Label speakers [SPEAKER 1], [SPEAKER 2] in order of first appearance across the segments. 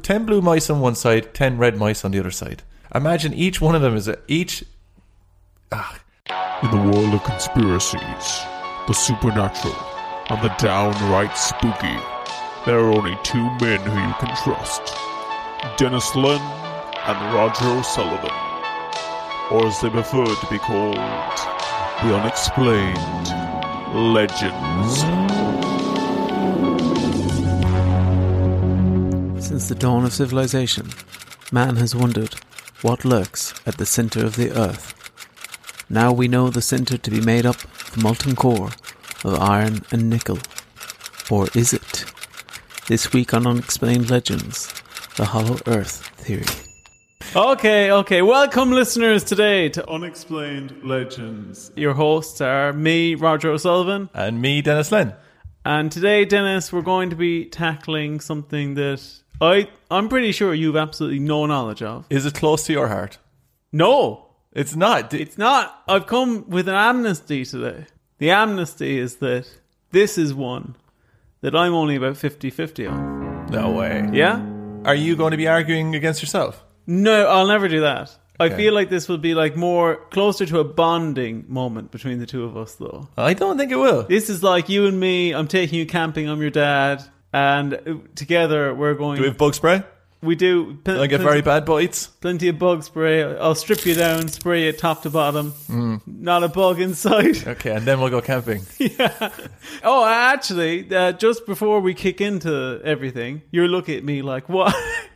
[SPEAKER 1] ten blue mice on one side, ten red mice on the other side. Imagine each one of them is a, each. Ah,
[SPEAKER 2] In the world of conspiracies, the supernatural, and the downright spooky, there are only two men who you can trust Dennis Lynn and Roger O'Sullivan. Or as they prefer to be called, the unexplained legends.
[SPEAKER 3] Since the dawn of civilization, man has wondered what lurks at the center of the earth. Now we know the center to be made up of molten core of iron and nickel. Or is it? This week on Unexplained Legends, the Hollow Earth Theory.
[SPEAKER 4] Okay, okay. Welcome, listeners, today to Unexplained
[SPEAKER 2] Legends.
[SPEAKER 4] Your hosts are me, Roger O'Sullivan,
[SPEAKER 1] and me, Dennis Lynn.
[SPEAKER 4] and today, Dennis, we're going to be tackling something that I I'm pretty sure you've absolutely no knowledge of.
[SPEAKER 1] Is it close to your heart?
[SPEAKER 4] No,
[SPEAKER 1] It's not. D-
[SPEAKER 4] it's not. I've come with an amnesty today. The amnesty is that this is one that I'm only about 50-50 on.
[SPEAKER 1] no way.
[SPEAKER 4] Yeah?
[SPEAKER 1] Are you going to be arguing against yourself?
[SPEAKER 4] No, I'll never do that. I
[SPEAKER 1] Okay.
[SPEAKER 4] feel like this will be like more closer to a bonding moment between the two of us, though.
[SPEAKER 1] I don't think it will.
[SPEAKER 4] This is like you and me. I'm taking you camping. I'm your dad, and uh, together we're going.
[SPEAKER 1] Do we have bug spray?
[SPEAKER 4] we do. Pl-
[SPEAKER 1] I get
[SPEAKER 4] plenty,
[SPEAKER 1] very bad bites.
[SPEAKER 4] plenty of bug spray. I'll strip you down, spray you top to bottom.
[SPEAKER 1] Mm.
[SPEAKER 4] Not a bug in sight.
[SPEAKER 1] Okay, and then we'll go camping.
[SPEAKER 4] Oh, actually, uh, just before we kick into everything, you're looking at me like what?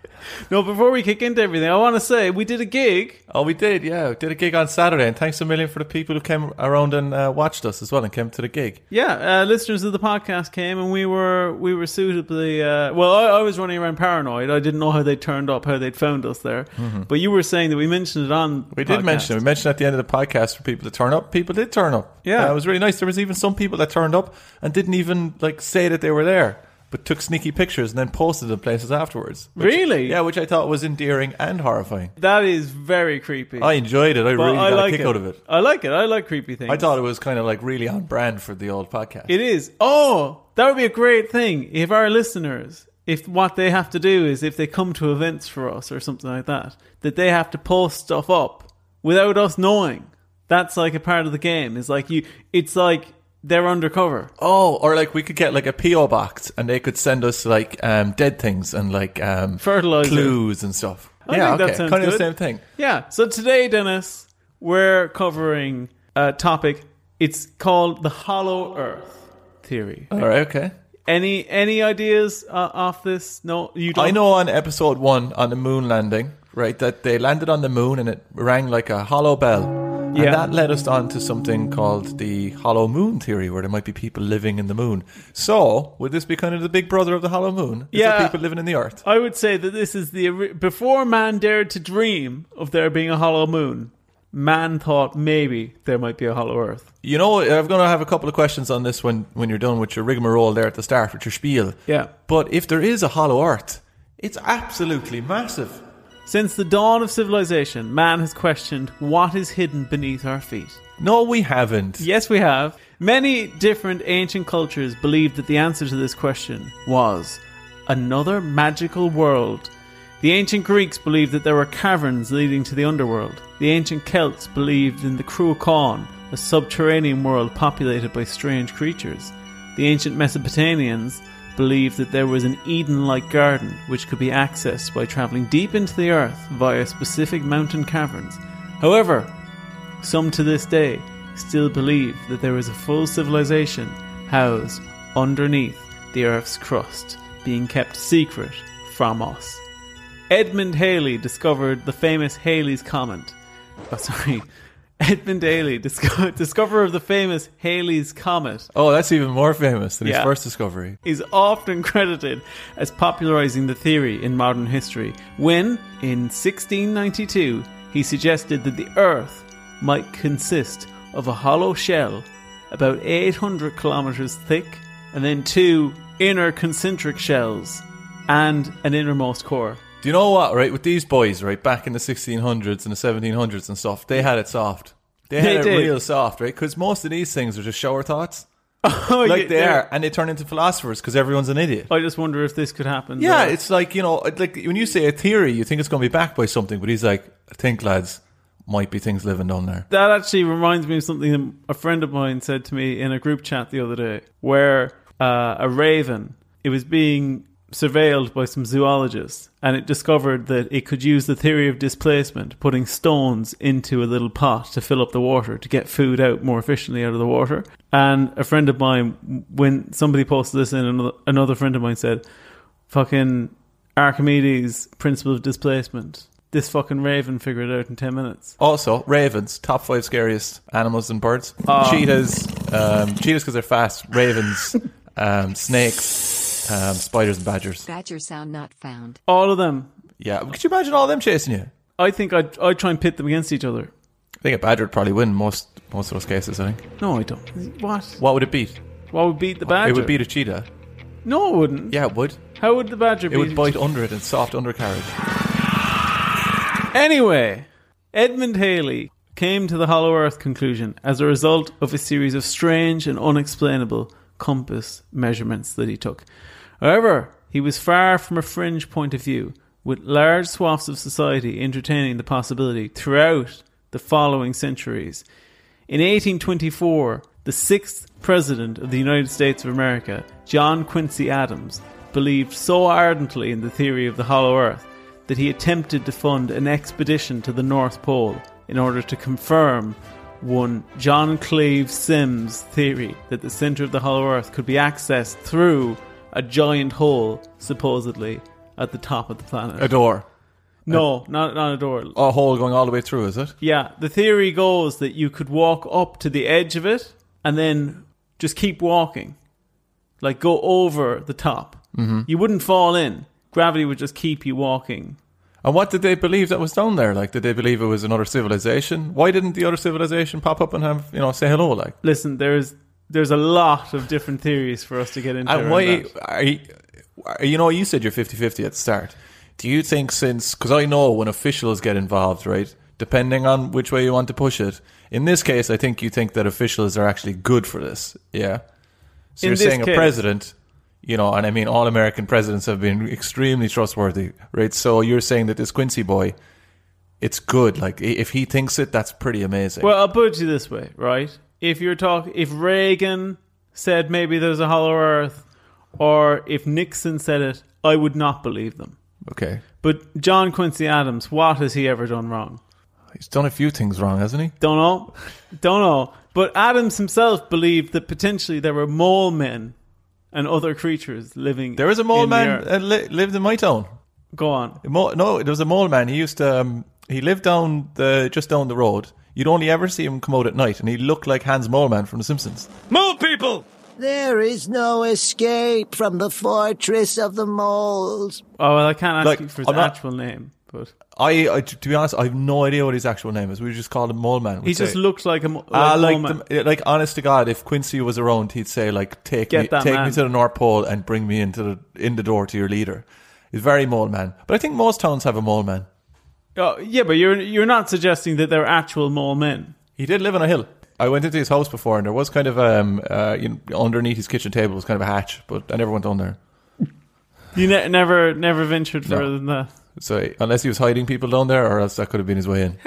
[SPEAKER 4] no, before we kick into everything, I want to say we did a gig.
[SPEAKER 1] Oh, we did, yeah. We did a gig on Saturday, and thanks a million for the people who came around and uh, watched us as well and came to the gig.
[SPEAKER 4] Yeah, uh, listeners of the podcast came, and we were we were suitably uh, well. I, I was running around paranoid. I didn't know how they turned up, how they'd found us there. But you were saying that we mentioned it on.
[SPEAKER 1] Mm-hmm. We did
[SPEAKER 4] podcast.
[SPEAKER 1] mention it. We mentioned at the end of the podcast for people to turn up. People did turn up.
[SPEAKER 4] Yeah.
[SPEAKER 1] Uh, it was really nice. There was even some people that turned up and didn't even like say that they were there, but took sneaky pictures and then posted them places afterwards. Which-
[SPEAKER 4] Really?
[SPEAKER 1] Yeah, which I thought was endearing and horrifying.
[SPEAKER 4] That is very creepy.
[SPEAKER 1] I enjoyed it. I
[SPEAKER 4] But
[SPEAKER 1] really
[SPEAKER 4] I
[SPEAKER 1] got
[SPEAKER 4] like
[SPEAKER 1] a kick
[SPEAKER 4] it.
[SPEAKER 1] out of it.
[SPEAKER 4] I like it. I like creepy things.
[SPEAKER 1] I thought it was kind of like really on brand for the old podcast.
[SPEAKER 4] it is. Oh, that would be a great thing if our listeners, if what they have to do is if they come to events for us or something like that, that they have to post stuff up without us knowing. That's like a part of the game. It's like you. It's like they're undercover.
[SPEAKER 1] oh, or like we could get like a PO box and they could send us like um, dead things and like um,
[SPEAKER 4] Fertilizer.
[SPEAKER 1] clues and stuff.
[SPEAKER 4] I
[SPEAKER 1] yeah,
[SPEAKER 4] think that
[SPEAKER 1] okay,
[SPEAKER 4] sounds
[SPEAKER 1] kind of the
[SPEAKER 4] good.
[SPEAKER 1] same thing.
[SPEAKER 4] Yeah. So today, Dennis, we're covering a topic. It's called the Hollow Earth theory.
[SPEAKER 1] All right, okay.
[SPEAKER 4] Any any ideas uh, off this? No, you don't.
[SPEAKER 1] I know on episode one on the moon landing, right, that they landed on the moon and it rang like a hollow bell.
[SPEAKER 4] Yeah.
[SPEAKER 1] And that led us on to something called the hollow moon theory, where there might be people living in the moon. So, would this be kind of the big brother of the hollow moon? Is there
[SPEAKER 4] Yeah.
[SPEAKER 1] people living in the earth?
[SPEAKER 4] I would say that this is the ori- before man dared to dream of there being a hollow moon. Man thought maybe there might be a hollow Earth.
[SPEAKER 1] You know, I'm going to have a couple of questions on this when, when you're done with your rigmarole there at the start with your spiel.
[SPEAKER 4] Yeah.
[SPEAKER 1] But if there is a hollow earth, it's absolutely massive.
[SPEAKER 4] Since the dawn of civilization, man has questioned what is hidden beneath our feet.
[SPEAKER 1] No, we haven't.
[SPEAKER 4] Yes, we have. Many different ancient cultures believed that the answer to this question was another magical world. The ancient Greeks believed that there were caverns leading to the underworld. The ancient Celts believed in the Kruokan, a subterranean world populated by strange creatures. The ancient Mesopotamians believed that there was an Eden like garden which could be accessed by travelling deep into the earth via specific mountain caverns. However, some to this day still believe that there is a full civilization housed underneath the Earth's crust, being kept secret from us. Edmund Haley discovered the famous Haley's Comet. Oh, sorry. Edmund Haley, disco- discoverer of the famous Haley's Comet,
[SPEAKER 1] Oh, that's even more famous than
[SPEAKER 4] Yeah.
[SPEAKER 1] his first discovery.
[SPEAKER 4] is often credited as popularizing the theory in modern history when, in 1692, he suggested that the Earth might consist of a hollow shell about 800 kilometers thick and then two inner concentric shells and an innermost core.
[SPEAKER 1] Do you know what, right? With these boys, right, back in the 1600s and the 1700s and stuff, they had it soft. They had
[SPEAKER 4] They
[SPEAKER 1] it
[SPEAKER 4] did.
[SPEAKER 1] real soft, right? Because most of these things are just shower thoughts.
[SPEAKER 4] Oh,
[SPEAKER 1] like
[SPEAKER 4] yeah,
[SPEAKER 1] they
[SPEAKER 4] yeah.
[SPEAKER 1] are, and they turn into philosophers because everyone's an idiot.
[SPEAKER 4] I just wonder if this could happen.
[SPEAKER 1] Yeah,
[SPEAKER 4] though.
[SPEAKER 1] it's like you know, it- like when you say a theory, you think it's going to be backed by something, but he's like, I think lads, might be things living down there.
[SPEAKER 4] that actually reminds me of something that a friend of mine said to me in a group chat the other day, where uh, a raven it was being surveilled by some zoologists, and it discovered that it could use the theory of displacement, putting stones into a little pot to fill up the water to get food out more efficiently out of the water. And a friend of mine, when somebody posted this in, another, another friend of mine said, "Fucking Archimedes' principle of displacement." This fucking raven figured it out in ten minutes.
[SPEAKER 1] Also, ravens, top five scariest animals and birds.
[SPEAKER 4] Ah.
[SPEAKER 1] Cheetahs, um, cheetahs because they're fast. Ravens, um, snakes, um, spiders, and badgers.
[SPEAKER 5] Badger sound not found.
[SPEAKER 4] All of them.
[SPEAKER 1] Yeah, could you imagine all of them chasing you?
[SPEAKER 4] I think I'd, I'd try and pit them against each other.
[SPEAKER 1] I think a badger would probably win most most of those cases. I think.
[SPEAKER 4] No, I don't. What?
[SPEAKER 1] What would it beat?
[SPEAKER 4] What would beat the badger?
[SPEAKER 1] It would beat a cheetah.
[SPEAKER 4] No, it wouldn't.
[SPEAKER 1] Yeah, it would.
[SPEAKER 4] How would the badger
[SPEAKER 1] It
[SPEAKER 4] beat?
[SPEAKER 1] would bite under it and soft undercarriage.
[SPEAKER 4] Anyway, Edmund Haley came to the Hollow Earth conclusion as a result of a series of strange and unexplainable compass measurements that he took. However, he was far from a fringe point of view, with large swaths of society entertaining the possibility throughout the following centuries. In 1824, the sixth president of the United States of America, John Quincy Adams, believed so ardently in the theory of the hollow earth that he attempted to fund an expedition to the North Pole in order to confirm one John Cleve Sims' theory that the center of the hollow earth could be accessed through a giant hole, supposedly, at the top of the planet.
[SPEAKER 1] A door,
[SPEAKER 4] no, not, not a door.
[SPEAKER 1] a hole going all the way through. Is it?
[SPEAKER 4] Yeah, the theory goes that you could walk up to the edge of it and then just keep walking. Like go over the top. Mm-hmm. You wouldn't fall in. Gravity would just keep you walking.
[SPEAKER 1] And what did they believe that was down there? Like, did they believe it was another civilization? Why didn't the other civilization pop up and have you know say hello? Like,
[SPEAKER 4] Listen, there's there's a lot of different theories for us to get into.
[SPEAKER 1] and
[SPEAKER 4] around
[SPEAKER 1] why?
[SPEAKER 4] that.
[SPEAKER 1] Are you, are, you know, you said you're 50-50 at the start. Do you think since? Because I know when officials get involved, right? Depending on which way you want to push it. In this case, I think you think that officials are actually good for this. Yeah. So
[SPEAKER 4] In
[SPEAKER 1] you're
[SPEAKER 4] this
[SPEAKER 1] saying
[SPEAKER 4] case-
[SPEAKER 1] a president. You know, and I mean, all American presidents have been extremely trustworthy, right? So you're saying that this Quincy boy, it's good. Like, i- if he thinks it, that's pretty amazing.
[SPEAKER 4] Well, I'll put it to you this way, right? If you're talk, if Reagan said maybe there's a hollow Earth, or if Nixon said it, I would not believe them.
[SPEAKER 1] Okay.
[SPEAKER 4] But John Quincy Adams, what has he ever done wrong?
[SPEAKER 1] He's done a few things wrong, hasn't he?
[SPEAKER 4] Don't know. Don't know. But Adams himself believed that potentially there were mole men and other creatures living.
[SPEAKER 1] There was a mole
[SPEAKER 4] in the
[SPEAKER 1] man uh,
[SPEAKER 4] earth.
[SPEAKER 1] that li- lived in my town.
[SPEAKER 4] Go on.
[SPEAKER 1] A mole- no, there was a mole man. He used to, um, he lived down the, just down the road. You'd only ever see him come out at night, and he looked like Hans Mole Man from The Simpsons.
[SPEAKER 6] Move, people!
[SPEAKER 7] There is no escape from the fortress of the moles.
[SPEAKER 4] Oh well, I can't ask
[SPEAKER 1] Like,
[SPEAKER 4] you for his
[SPEAKER 1] I'm not-
[SPEAKER 4] actual name, but
[SPEAKER 1] I, I, to be honest, I have no idea what his actual name is. We just called him Mole Man.
[SPEAKER 4] he just looked like a mo- like,
[SPEAKER 1] Ah,
[SPEAKER 4] a
[SPEAKER 1] like,
[SPEAKER 4] mole man.
[SPEAKER 1] the- like, honest to God, if Quincy was around, he'd say, like, take
[SPEAKER 4] Get
[SPEAKER 1] me,
[SPEAKER 4] that
[SPEAKER 1] take
[SPEAKER 4] man.
[SPEAKER 1] me to the North Pole and bring me into the, in the door to your leader. He's very mole man. But I think most towns have a mole man.
[SPEAKER 4] Oh, yeah, but you're you're not suggesting that they're actual mole men.
[SPEAKER 1] He did live on a hill. I went into his house before, and there was kind of um, uh, you know, underneath his kitchen table was kind of a hatch, but I never went down there.
[SPEAKER 4] You ne- never never ventured further than that.
[SPEAKER 1] So unless he was hiding people down there, or else that could have been his way in.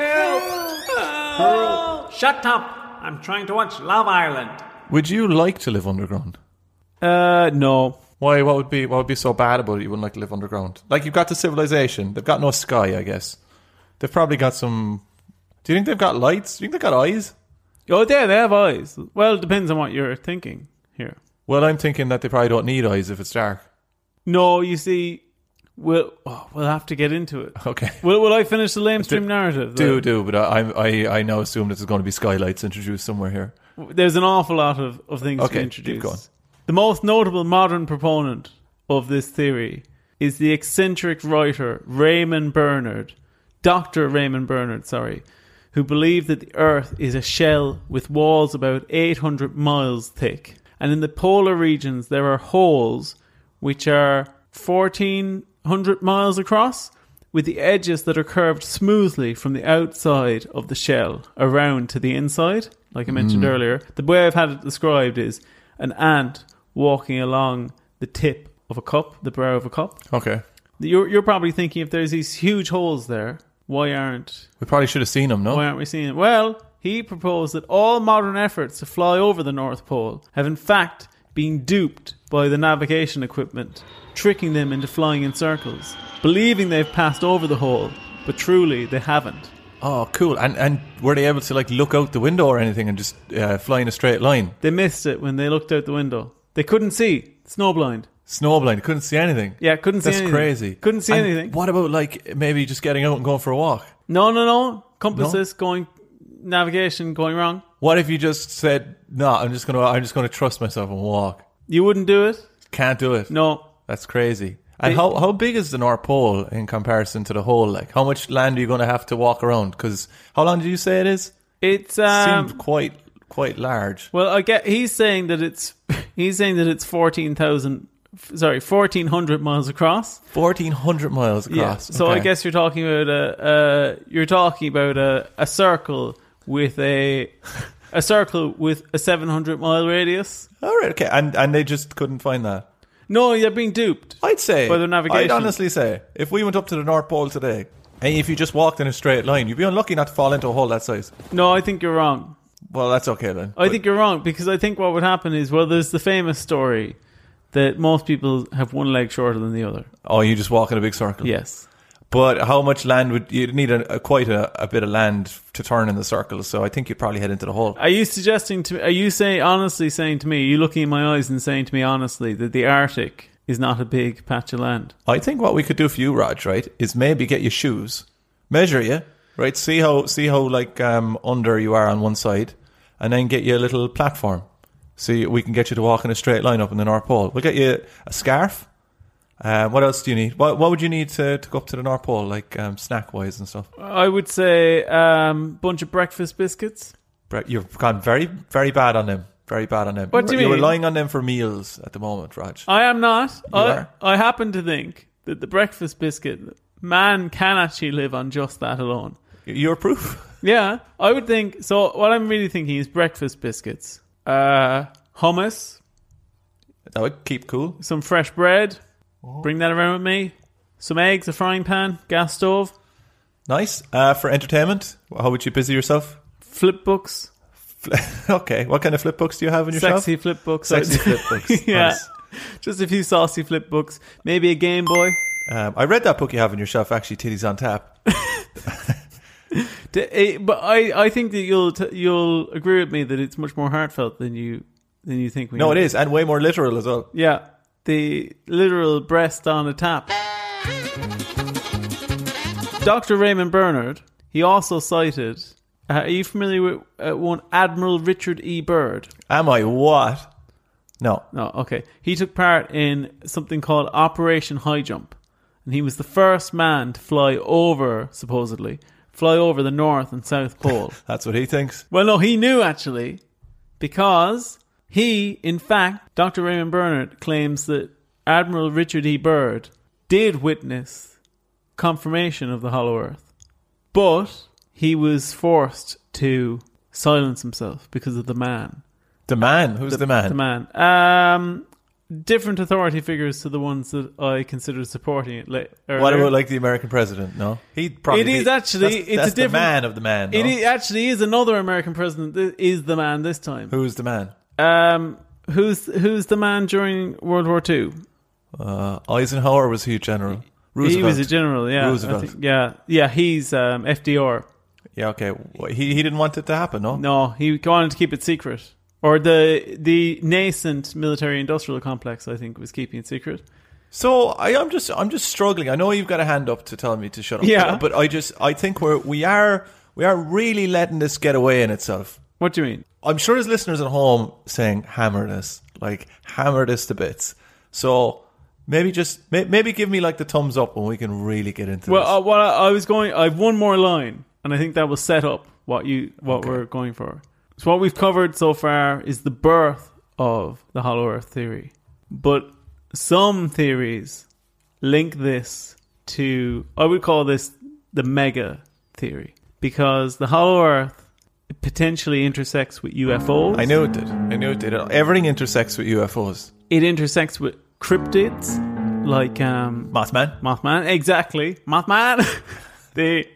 [SPEAKER 8] Shut up! I'm trying to watch Love Island.
[SPEAKER 1] Would you like to live underground?
[SPEAKER 4] Uh, no.
[SPEAKER 1] Why? What would be what would be so bad about it? You wouldn't like to live underground? Like you've got the civilization, they've got no sky, I guess. They've probably got some. Do you think they've got lights? Do you think they've got eyes?
[SPEAKER 4] Oh, yeah, they have eyes. Well, it depends on what you're thinking here.
[SPEAKER 1] Well, I'm thinking that they probably don't need eyes if it's dark.
[SPEAKER 4] No, you see, we'll oh, we'll have to get into it.
[SPEAKER 1] Okay.
[SPEAKER 4] Will, will I finish the lamestream narrative?
[SPEAKER 1] Do do, but I I'm- I I now assume that there's going to be skylights introduced somewhere here.
[SPEAKER 4] There's an awful lot of, of things
[SPEAKER 1] Okay,
[SPEAKER 4] to
[SPEAKER 1] keep
[SPEAKER 4] introduce.
[SPEAKER 1] going.
[SPEAKER 4] The most notable modern proponent of this theory is the eccentric writer Raymond Bernard, Dr. Raymond Bernard, sorry, who believed that the Earth is a shell with walls about 800 miles thick. And in the polar regions, there are holes which are 1400 miles across with the edges that are curved smoothly from the outside of the shell around to the inside, like I mentioned earlier. The way I've had it described is an ant walking along the tip of a cup, the brow of a cup.
[SPEAKER 1] Okay.
[SPEAKER 4] You're, you're probably thinking if there's these huge holes there, why aren't
[SPEAKER 1] We probably should have seen him, no?
[SPEAKER 4] why aren't we seeing it? Well, he proposed that all modern efforts to fly over the North Pole have in fact been duped by the navigation equipment, tricking them into flying in circles, believing they've passed over the hole, but truly they haven't.
[SPEAKER 1] Oh, cool. And and were they able to like look out the window or anything and just uh, fly in a straight line?
[SPEAKER 4] They missed it when they looked out the window. They couldn't see. Snowblind.
[SPEAKER 1] Snowblind, couldn't see anything.
[SPEAKER 4] Yeah, couldn't see
[SPEAKER 1] That's
[SPEAKER 4] anything.
[SPEAKER 1] crazy.
[SPEAKER 4] Couldn't see
[SPEAKER 1] And
[SPEAKER 4] anything.
[SPEAKER 1] What about like maybe just getting out and going for a walk?
[SPEAKER 4] No, no, no. Compasses going, navigation going wrong.
[SPEAKER 1] What if you just said, "No, I'm just gonna I'm just gonna trust myself and walk."
[SPEAKER 4] You wouldn't do it?
[SPEAKER 1] Can't do it.
[SPEAKER 4] No.
[SPEAKER 1] That's crazy. And
[SPEAKER 4] They-
[SPEAKER 1] how how big is the North Pole in comparison to the whole? Like, how much land are you going to have to walk around? Because how long did you say it is?
[SPEAKER 4] It's um,
[SPEAKER 1] Seemed quite quite large.
[SPEAKER 4] Well, I get he's saying that it's he's saying that it's fourteen thousand, sorry, fourteen hundred miles across.
[SPEAKER 1] Fourteen hundred miles across.
[SPEAKER 4] So I
[SPEAKER 1] Okay.
[SPEAKER 4] guess you're talking about a uh, you're talking about a, a circle with a a circle with a seven hundred mile radius.
[SPEAKER 1] all right, okay, and and they just couldn't find that.
[SPEAKER 4] No, you're being duped.
[SPEAKER 1] I'd say
[SPEAKER 4] By their
[SPEAKER 1] I'd
[SPEAKER 4] navigation.
[SPEAKER 1] honestly say if we went up to the North Pole today, and if you just walked in a straight line, you'd be unlucky not to fall into a hole that size.
[SPEAKER 4] No, I think you're wrong.
[SPEAKER 1] Well, that's okay then.
[SPEAKER 4] I think you're wrong because I think what would happen is well, there's the famous story that most people have one leg shorter than the other.
[SPEAKER 1] Oh, you just walk in a big circle.
[SPEAKER 4] Yes.
[SPEAKER 1] But how much land would you'd need a, a quite a, a bit of land to turn in the circle? So I think you'd probably head into the hole.
[SPEAKER 4] Are you suggesting to? Are you saying honestly saying to me? Are you looking in my eyes and saying to me honestly that the Arctic is not a big patch of land?
[SPEAKER 1] I think what we could do for you, Raj, right, is maybe get your shoes, measure you, right, see how see how like um, under you are on one side, and then get you a little platform. See, we can get you to walk in a straight line up in the North Pole. We'll get you a scarf. Uh, what else do you need? What What would you need to, to go up to the North Pole, like um, snack wise and stuff?
[SPEAKER 4] I would say um, bunch of breakfast biscuits.
[SPEAKER 1] Bre- You've gone very very bad on them. Very bad on them.
[SPEAKER 4] What do you
[SPEAKER 1] You're
[SPEAKER 4] mean? Uh.
[SPEAKER 1] relying on them for meals at the moment, Raj.
[SPEAKER 4] I am not. I
[SPEAKER 1] are.
[SPEAKER 4] I happen to think that the breakfast biscuit man can actually live on just that alone.
[SPEAKER 1] You're proof.
[SPEAKER 4] Yeah, I would think. So what I'm really thinking is breakfast biscuits, uh, hummus,
[SPEAKER 1] That would keep cool.
[SPEAKER 4] some fresh bread. Bring that around with me. Some eggs, a frying pan, gas stove,
[SPEAKER 1] Nice. Uh, for entertainment, how would you busy yourself?
[SPEAKER 4] flip books.
[SPEAKER 1] okay. What kind of flip books do you have in your
[SPEAKER 4] Sexy
[SPEAKER 1] shelf?
[SPEAKER 4] flip books.
[SPEAKER 1] Sexy flip books.
[SPEAKER 4] yeah.
[SPEAKER 1] Nice.
[SPEAKER 4] Just a few saucy flip books. Maybe a Game Boy.
[SPEAKER 1] Um, I read that book you have in your shelf. Actually, titties on tap.
[SPEAKER 4] D- eh, But I, I think that you'll t- you'll agree with me that it's much more heartfelt than you than you think. We
[SPEAKER 1] No, it is, and way more literal as well.
[SPEAKER 4] Yeah, the literal breast on a tap. Dr. Raymond Bernard. He also cited. Uh, are you familiar with uh, one Admiral Richard E. Byrd?
[SPEAKER 1] Am I what? No.
[SPEAKER 4] No, Oh, okay. He took part in something called Operation High Jump, and he was the first man to fly over, supposedly, fly over the North and South Pole.
[SPEAKER 1] That's what he thinks.
[SPEAKER 4] well, no, he knew actually, because he, in fact, Dr. Raymond Bernard claims that Admiral Richard E. Byrd did witness confirmation of the Hollow Earth, but he was forced to silence himself because of the man.
[SPEAKER 1] The man. Who's the, man?
[SPEAKER 4] The man. Um, different authority figures to the ones that I considered supporting it. Like,
[SPEAKER 1] What about like the American president? No, he probably.
[SPEAKER 4] It is actually-
[SPEAKER 1] That's,
[SPEAKER 4] it's
[SPEAKER 1] that's the
[SPEAKER 4] a different-
[SPEAKER 1] man of the man.
[SPEAKER 4] It
[SPEAKER 1] no?
[SPEAKER 4] i- actually is another American president. that Is the man this time?
[SPEAKER 1] Who's the man?
[SPEAKER 4] Um, who's who's the man during World War Two?
[SPEAKER 1] Uh, Eisenhower was he a general? Roosevelt.
[SPEAKER 4] He was a general. Yeah, I
[SPEAKER 1] Roosevelt.
[SPEAKER 4] think- yeah, yeah. He's um, FDR.
[SPEAKER 1] yeah. Okay. Wh- He he didn't want it to happen. No.
[SPEAKER 4] No, he wanted to keep it secret. Or the the nascent military industrial complex, I think, was keeping it secret.
[SPEAKER 1] So I, I'm just I'm just struggling. I know you've got a hand up to tell me to shut up.
[SPEAKER 4] Yeah.
[SPEAKER 1] But I just I think we're we are we are really letting this get away in itself.
[SPEAKER 4] What do you mean?
[SPEAKER 1] I'm sure there's listeners at home saying hammer this, like hammer this to bits. So maybe just may, maybe give me like the thumbs up when we can really get into
[SPEAKER 4] Well, uh, what I, I was going, I've one more line, and I think that will set up what you what we're going for. So what we've covered so far is the birth of the Hollow Earth theory, but some theories link this to I would call this the mega theory because the Hollow Earth potentially intersects with UFOs.
[SPEAKER 1] I knew it did. I knew it did. Everything intersects with UFOs.
[SPEAKER 4] it intersects with cryptids like um,
[SPEAKER 1] Mothman.
[SPEAKER 4] Mothman. Exactly, Mothman. the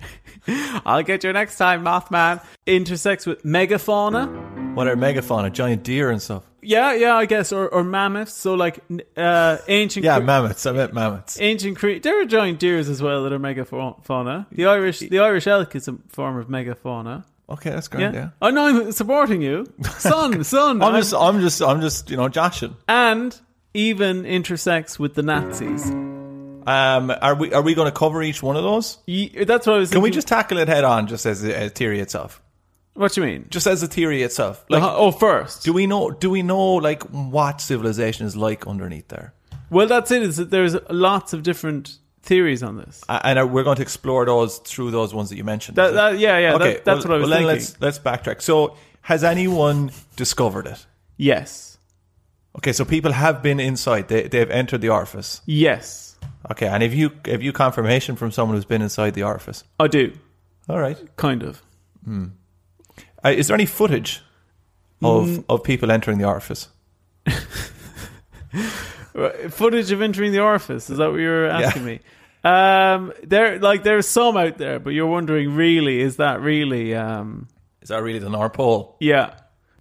[SPEAKER 4] I'll get you next time, Mothman. Intersects with megafauna.
[SPEAKER 1] What are megafauna? Giant deer and stuff.
[SPEAKER 4] Yeah, yeah, I guess, or, or mammoths. So like n- uh, ancient.
[SPEAKER 1] Yeah,
[SPEAKER 4] cre-
[SPEAKER 1] mammoths. I meant mammoths.
[SPEAKER 4] Ancient Crete, there are giant deers as well that are megafauna. The Irish, the Irish elk is a form of megafauna.
[SPEAKER 1] Okay, that's good.
[SPEAKER 4] Yeah.
[SPEAKER 1] Yeah.
[SPEAKER 4] Oh no, I'm supporting you, son, son.
[SPEAKER 1] I'm
[SPEAKER 4] I'm-
[SPEAKER 1] just, I'm just, I'm just, you know, joshing.
[SPEAKER 4] and even intersects with the Nazis.
[SPEAKER 1] Um, are we, are we going to cover each one of those?
[SPEAKER 4] Ye- That's what I was.
[SPEAKER 1] Can we
[SPEAKER 4] thinking.
[SPEAKER 1] just tackle it head on, just as a, a theory itself?
[SPEAKER 4] What do you mean?
[SPEAKER 1] Just as a theory itself.
[SPEAKER 4] The
[SPEAKER 1] Like,
[SPEAKER 4] ho- oh, first.
[SPEAKER 1] do we know? Do we know like what civilization is like underneath there?
[SPEAKER 4] well, that's it. Is that there's lots of different theories on this.
[SPEAKER 1] A- And are, we're going to explore those through those ones that you mentioned.
[SPEAKER 4] That-
[SPEAKER 1] is it?
[SPEAKER 4] that- yeah, yeah. that- that's
[SPEAKER 1] well-
[SPEAKER 4] what I was
[SPEAKER 1] well, then
[SPEAKER 4] thinking.
[SPEAKER 1] let's let's backtrack. So, has anyone discovered it?
[SPEAKER 4] Yes,
[SPEAKER 1] Okay, so people have been inside. They they've entered the orifice.
[SPEAKER 4] yes,
[SPEAKER 1] Okay, and if you if you confirmation from someone who's been inside the orifice,
[SPEAKER 4] I do.
[SPEAKER 1] all right.
[SPEAKER 4] Kind of.
[SPEAKER 1] Uh, is there any footage of
[SPEAKER 4] Mm.
[SPEAKER 1] of people entering the orifice?
[SPEAKER 4] Right, Footage of entering the orifice. Is that what you're asking me? Um, there, like, there's some out there, but you're wondering, really, is that really? Um,
[SPEAKER 1] Is that really the North Pole?
[SPEAKER 4] yeah,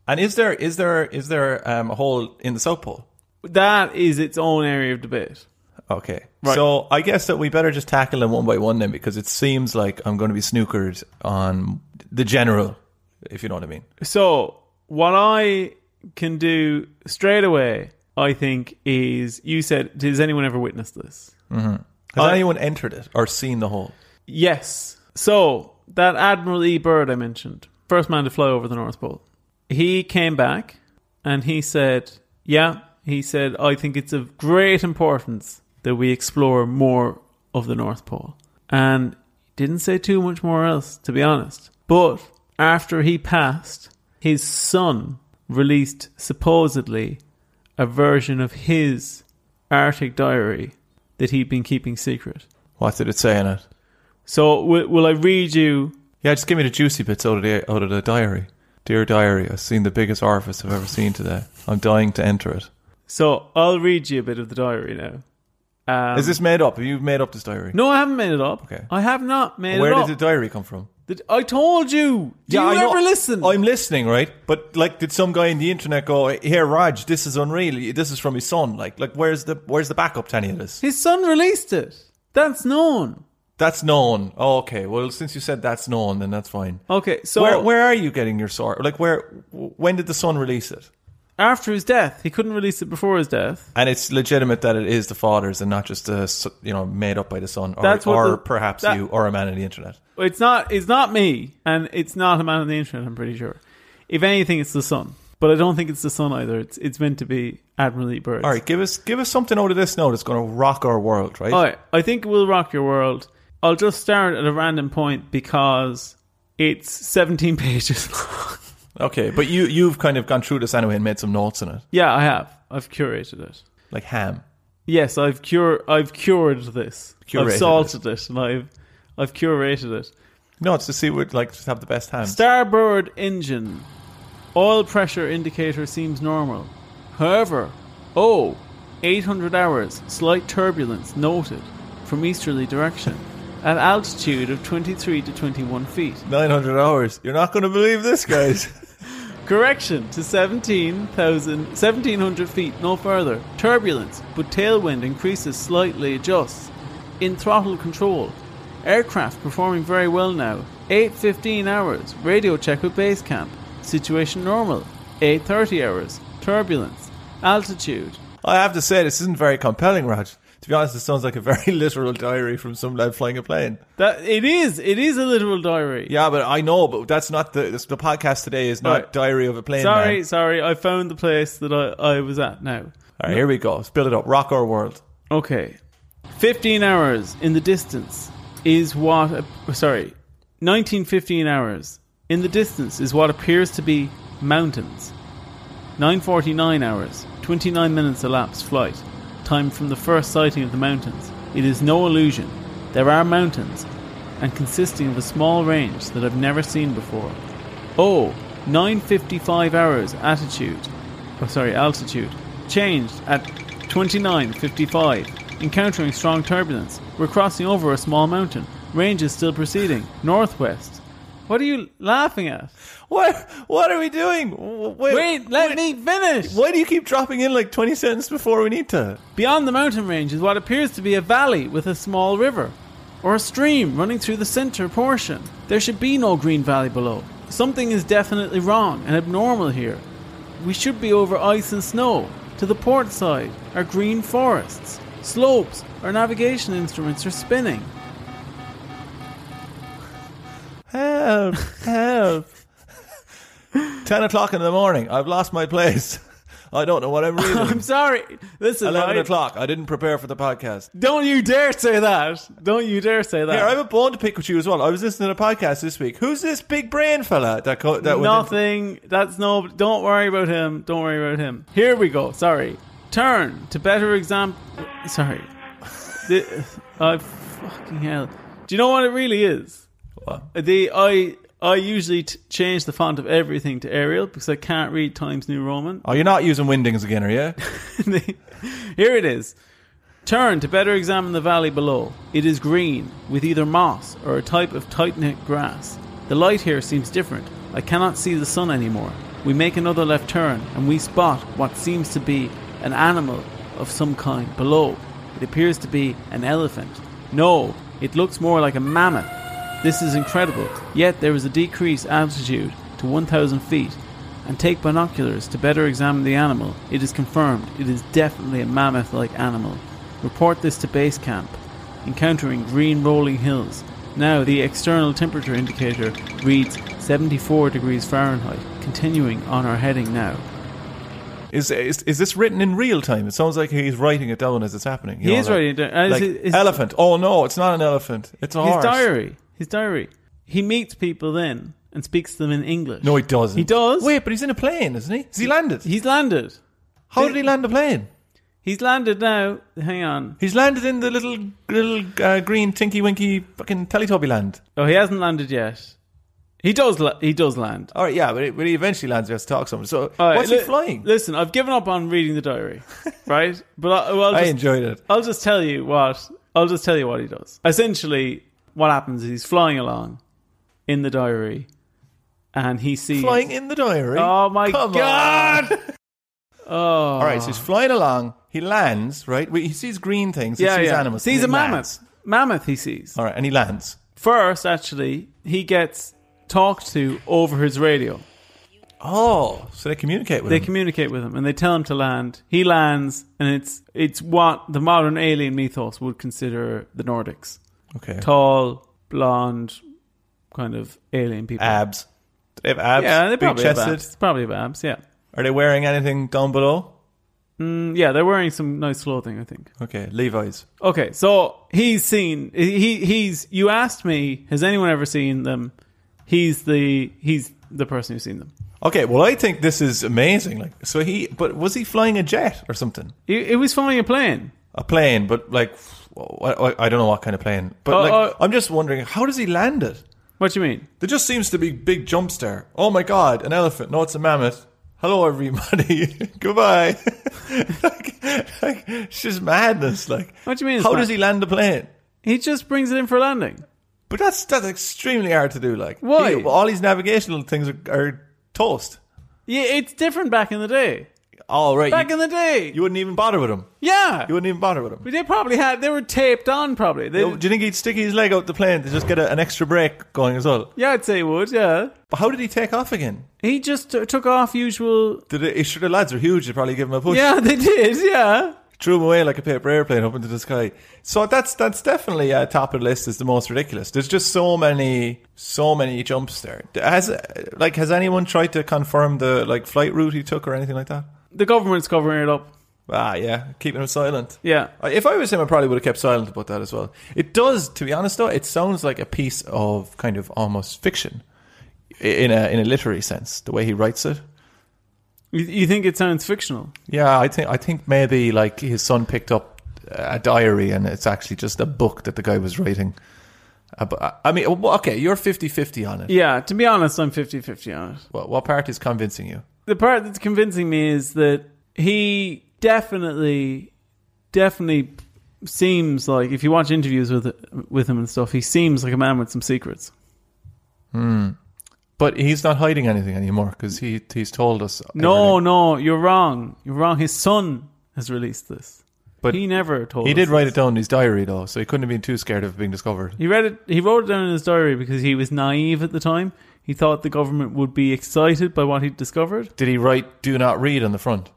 [SPEAKER 1] And is there is there is there um, a hole in the South Pole?
[SPEAKER 4] that is its own area of debate.
[SPEAKER 1] Okay,
[SPEAKER 4] Right.
[SPEAKER 1] so I guess that we better just tackle them one by one then, because it seems like I'm going to be snookered on the general, if you know what I mean.
[SPEAKER 4] So, what I can do straight away, I think, is you said, does anyone ever witness this?
[SPEAKER 1] Has
[SPEAKER 4] I-
[SPEAKER 1] anyone entered it or seen the hole?
[SPEAKER 4] Yes. So, that Admiral E. Byrd I mentioned, first man to fly over the North Pole, he came back and he said, Yeah, he said, I think it's of great importance that we explore more of the North Pole. And didn't say too much more else, to be honest. But after he passed, his son released supposedly a version of his Arctic diary that he'd been keeping secret.
[SPEAKER 1] What did it say in it?
[SPEAKER 4] So w- will I read you?
[SPEAKER 1] Yeah, just give me the juicy bits out of the out of the diary. Dear diary, I've seen the biggest orifice I've ever seen today. I'm dying to enter it.
[SPEAKER 4] So I'll read you a bit of the diary now. Um,
[SPEAKER 1] Is this made up? Have you made up this diary?
[SPEAKER 4] No, I haven't made it up.
[SPEAKER 1] Okay.
[SPEAKER 4] I have not made
[SPEAKER 1] Where
[SPEAKER 4] it
[SPEAKER 1] did
[SPEAKER 4] up.
[SPEAKER 1] the diary come from?
[SPEAKER 4] The- I told you. Do you
[SPEAKER 1] I
[SPEAKER 4] ever
[SPEAKER 1] know-
[SPEAKER 4] listen?
[SPEAKER 1] I'm listening, right? But like, did some guy in the internet go, "Here, Raj, this is unreal. This is from his son." Like, like, where's the where's the backup to any of this?
[SPEAKER 4] His son released it. That's known.
[SPEAKER 1] That's known. Oh, okay. Well, since you said that's known, then that's fine.
[SPEAKER 4] Okay, so
[SPEAKER 1] where where are you getting your sort? Like, where? When did the son release it?
[SPEAKER 4] after his death, he couldn't release it before his death.
[SPEAKER 1] And it's legitimate that it is the father's and not just uh, s- you know made up by the son or,
[SPEAKER 4] That's what
[SPEAKER 1] or
[SPEAKER 4] the-
[SPEAKER 1] perhaps
[SPEAKER 4] that-
[SPEAKER 1] you or a man on the internet.
[SPEAKER 4] It's not. It's not me, and it's not a man on the internet. I'm pretty sure. If anything, it's the son. But I don't think it's the son either. It's it's meant to be Admiral E. Byrd.
[SPEAKER 1] All right, give us give us something out of this now that's going to rock our world, right?
[SPEAKER 4] All right, I think we'll rock your world. I'll just start at a random point because it's 17 pages long.
[SPEAKER 1] Okay, but you you've kind of gone through this anyway and made some notes in it,
[SPEAKER 4] yeah, I have. I've curated it.
[SPEAKER 1] like ham.
[SPEAKER 4] Yes, I've cure I've cured this. I've
[SPEAKER 1] Curated
[SPEAKER 4] salted it. and I've I've curated it.
[SPEAKER 1] No, it's to see what like just have the best ham.
[SPEAKER 4] Starboard engine. Oil pressure indicator seems normal. However, oh, 800 hours, slight turbulence noted from easterly direction at altitude of 23 to 21 feet.
[SPEAKER 1] Nine hundred hours. You're not going to believe this, guys.
[SPEAKER 4] Correction to 17,000 1700 feet, no further. Turbulence, but tailwind increases slightly, adjusts. In throttle control. Aircraft performing very well now. 8.15 hours, radio check with base camp. Situation normal. 8.30 hours, turbulence. Altitude.
[SPEAKER 1] I have to say, this isn't very compelling, Raj. To be honest, it sounds like a very literal diary from some lad flying a plane.
[SPEAKER 4] That It is, it is a literal diary.
[SPEAKER 1] Yeah, but I know, but that's not the this- the podcast today. Is not
[SPEAKER 4] Alright.
[SPEAKER 1] diary of a plane.
[SPEAKER 4] Sorry,
[SPEAKER 1] man.
[SPEAKER 4] sorry, I found the place that I, I was at now.
[SPEAKER 1] All right, here we go. Spill it up. Rock our world.
[SPEAKER 4] Okay. 15 hours in the distance is what. ap- Sorry. 1915 hours in the distance is what appears to be mountains. 949 hours, 29 minutes elapsed flight. Time from the first sighting of the mountains. It is no illusion. There are mountains, and consisting of a small range that I've never seen before. Oh, 955 hours attitude. Oh, sorry, altitude. Changed at 2955. Encountering strong turbulence. We're crossing over a small mountain. Range is still proceeding. Northwest. What are you laughing at?
[SPEAKER 1] What? What are we doing? W- Wait,
[SPEAKER 4] Wait, let me finish.
[SPEAKER 1] Why do you keep dropping in like twenty sentences before we need to?
[SPEAKER 4] Beyond the mountain range is what appears to be a valley with a small river, or a stream running through the center portion. There should be no green valley below. Something is definitely wrong and abnormal here. We should be over ice and snow. To the port side are green forests. Slopes or navigation instruments are spinning.
[SPEAKER 1] Help! Help! Ten o'clock in the morning. I've lost my place. I don't know what I'm
[SPEAKER 4] I'm
[SPEAKER 1] reading.
[SPEAKER 4] sorry. Listen,
[SPEAKER 1] Eleven
[SPEAKER 4] right?
[SPEAKER 1] o'clock. I didn't prepare for the podcast.
[SPEAKER 4] Don't you dare say that. Don't you dare say that.
[SPEAKER 1] Here, I have a bone to pick with you as well. I was listening to a podcast this week. Who's this big brain fella that co- that was in-
[SPEAKER 4] Nothing. That's no. Don't worry about him. Don't worry about him. Here we go. Sorry. Turn to better exam. Sorry. the, I fucking hell. Do you know what it really is? The I I usually t- change the font of everything to Arial because I can't read Times New Roman.
[SPEAKER 1] Oh, you're not using windings again, are you?
[SPEAKER 4] Here it is. Turn to better examine the valley below. It is green, with either moss or a type of tight knit grass. The light here seems different. I cannot see the sun anymore. We make another left turn and we spot what seems to be an animal of some kind below. It appears to be an elephant. No, it looks more like a mammoth. This is incredible, yet there is a decreased altitude to 1,000 feet. And take binoculars to better examine the animal. It is confirmed it is definitely a mammoth like animal. Report this to base camp. Encountering green rolling hills. Now the external temperature indicator reads 74 degrees Fahrenheit, continuing on our heading now.
[SPEAKER 1] Is, is is this written in real time? It sounds like he's writing it down as it's happening. you
[SPEAKER 4] He
[SPEAKER 1] know,
[SPEAKER 4] is
[SPEAKER 1] like-
[SPEAKER 4] writing it down. Uh, is
[SPEAKER 1] like,
[SPEAKER 4] it- is-
[SPEAKER 1] elephant. Oh no, it's not an elephant. It's a
[SPEAKER 4] His
[SPEAKER 1] horse.
[SPEAKER 4] diary. His diary. He meets people then and speaks to them in English.
[SPEAKER 1] No, he doesn't.
[SPEAKER 4] He does.
[SPEAKER 1] Wait, but he's in a plane, isn't he? Has he landed?
[SPEAKER 4] He's landed.
[SPEAKER 1] How did he land a plane?
[SPEAKER 4] He's landed now. Hang on.
[SPEAKER 1] He's landed in the little little uh, green tinky winky fucking Teletubby land.
[SPEAKER 4] Oh, he hasn't landed yet. He does. La- he does land.
[SPEAKER 1] All right, yeah, but he, but he eventually lands. He has to talk to someone. So
[SPEAKER 4] All right,
[SPEAKER 1] what's
[SPEAKER 4] li-
[SPEAKER 1] he flying?
[SPEAKER 4] Listen, I've given up on reading the diary, right? But I, well, I'll,
[SPEAKER 1] I
[SPEAKER 4] just,
[SPEAKER 1] enjoyed it.
[SPEAKER 4] I'll just tell you what. I'll just tell you what he does. Essentially, what happens is he's flying along in the diary, and he sees.
[SPEAKER 1] Flying in the diary.
[SPEAKER 4] Oh my
[SPEAKER 1] Come
[SPEAKER 4] god!
[SPEAKER 1] on.
[SPEAKER 4] Oh,
[SPEAKER 1] All right, so he's flying along. He lands. Right, We- he sees green things. He
[SPEAKER 4] yeah,
[SPEAKER 1] sees
[SPEAKER 4] yeah.
[SPEAKER 1] animals.
[SPEAKER 4] Sees
[SPEAKER 1] and
[SPEAKER 4] a
[SPEAKER 1] he
[SPEAKER 4] mammoth.
[SPEAKER 1] lands.
[SPEAKER 4] Mammoth. He sees
[SPEAKER 1] All right, and he lands.
[SPEAKER 4] first. Actually, he gets talked to over his radio.
[SPEAKER 1] Oh, so they communicate with
[SPEAKER 4] They
[SPEAKER 1] him.
[SPEAKER 4] communicate with him and they tell him to land. He lands, and it's it's what the modern alien mythos would consider the Nordics:
[SPEAKER 1] okay.
[SPEAKER 4] tall, blonde, kind of alien people.
[SPEAKER 1] abs. They have abs.
[SPEAKER 4] yeah, they
[SPEAKER 1] big
[SPEAKER 4] probably have
[SPEAKER 1] chested.
[SPEAKER 4] abs. Probably have abs. Yeah,
[SPEAKER 1] Are they wearing anything down below?
[SPEAKER 4] Mm, yeah, they're wearing some nice clothing, I think.
[SPEAKER 1] Okay, Levi's.
[SPEAKER 4] Okay, so he's seen. He he's. You asked me, has anyone ever seen them? He's the he's the person who's seen them.
[SPEAKER 1] Okay, well, I think this is amazing. Like, so he, but was he flying a jet or something?
[SPEAKER 4] It, it was flying a plane.
[SPEAKER 1] A plane, but like, I, I- I don't know what kind of plane. But
[SPEAKER 4] Oh,
[SPEAKER 1] like,
[SPEAKER 4] oh.
[SPEAKER 1] I'm just wondering, how does he land it?
[SPEAKER 4] What do you mean?
[SPEAKER 1] There just seems to be big jumps there. Oh my god, an elephant? No, it's a mammoth. Hello, everybody. Goodbye. like, like, it's just madness. Like,
[SPEAKER 4] What do you mean it's
[SPEAKER 1] How
[SPEAKER 4] mad-
[SPEAKER 1] does he land a plane?
[SPEAKER 4] He just brings it in for landing.
[SPEAKER 1] But that's that's extremely hard to do. Like,
[SPEAKER 4] Why?
[SPEAKER 1] He- all these navigational things are, are toast.
[SPEAKER 4] Yeah, it's different back in the day.
[SPEAKER 1] All right,
[SPEAKER 4] Back
[SPEAKER 1] you,
[SPEAKER 4] in the day,
[SPEAKER 1] you wouldn't even bother with him.
[SPEAKER 4] yeah,
[SPEAKER 1] You wouldn't even bother with him.
[SPEAKER 4] But they probably had. They were taped on, probably. They,
[SPEAKER 1] Do you think he'd stick his leg out the plane to just get a, an extra break going as well?
[SPEAKER 4] yeah, I'd say he would. Yeah,
[SPEAKER 1] But how did he take off again?
[SPEAKER 4] he just t- took off usual.
[SPEAKER 1] Did it, sure the lads are huge? They probably give him a push.
[SPEAKER 4] Yeah, they did. Yeah,
[SPEAKER 1] Threw him away like a paper airplane up into the sky. So that's that's definitely uh, top of the list. Is the most ridiculous. There's just so many so many jumps there. Has uh, like has anyone tried to confirm the like flight route he took or anything like that?
[SPEAKER 4] the government's covering it up.
[SPEAKER 1] Ah, yeah, keeping him silent.
[SPEAKER 4] Yeah,
[SPEAKER 1] Uh, If I was him, I probably would have kept silent about that as well. It does, to be honest, though. It sounds like a piece of kind of almost fiction, i- in a in a literary sense. The way he writes it.
[SPEAKER 4] you, you think it sounds fictional?
[SPEAKER 1] Yeah, I think I think maybe like his son picked up a diary, and it's actually just a book that the guy was writing, Ab- I mean, uh, well, okay, you're 50 50 on it.
[SPEAKER 4] Yeah, to be honest, I'm 50 50 on it.
[SPEAKER 1] What, what part is convincing you?
[SPEAKER 4] The part that's convincing me is that he definitely, definitely seems like, if you watch interviews with, with him and stuff, he seems like a man with some secrets.
[SPEAKER 1] But he's not hiding anything anymore because he, he's told us.
[SPEAKER 4] No,
[SPEAKER 1] everything.
[SPEAKER 4] no, you're wrong. You're wrong. His son has released this.
[SPEAKER 1] But
[SPEAKER 4] he never told
[SPEAKER 1] He
[SPEAKER 4] us
[SPEAKER 1] did write
[SPEAKER 4] this.
[SPEAKER 1] it down in his diary, though, so he couldn't have been too scared of being discovered.
[SPEAKER 4] He read it. He wrote it down in his diary because he was naive at the time. He thought the government would be excited by what he'd discovered.
[SPEAKER 1] Did he write "Do not read" on the front?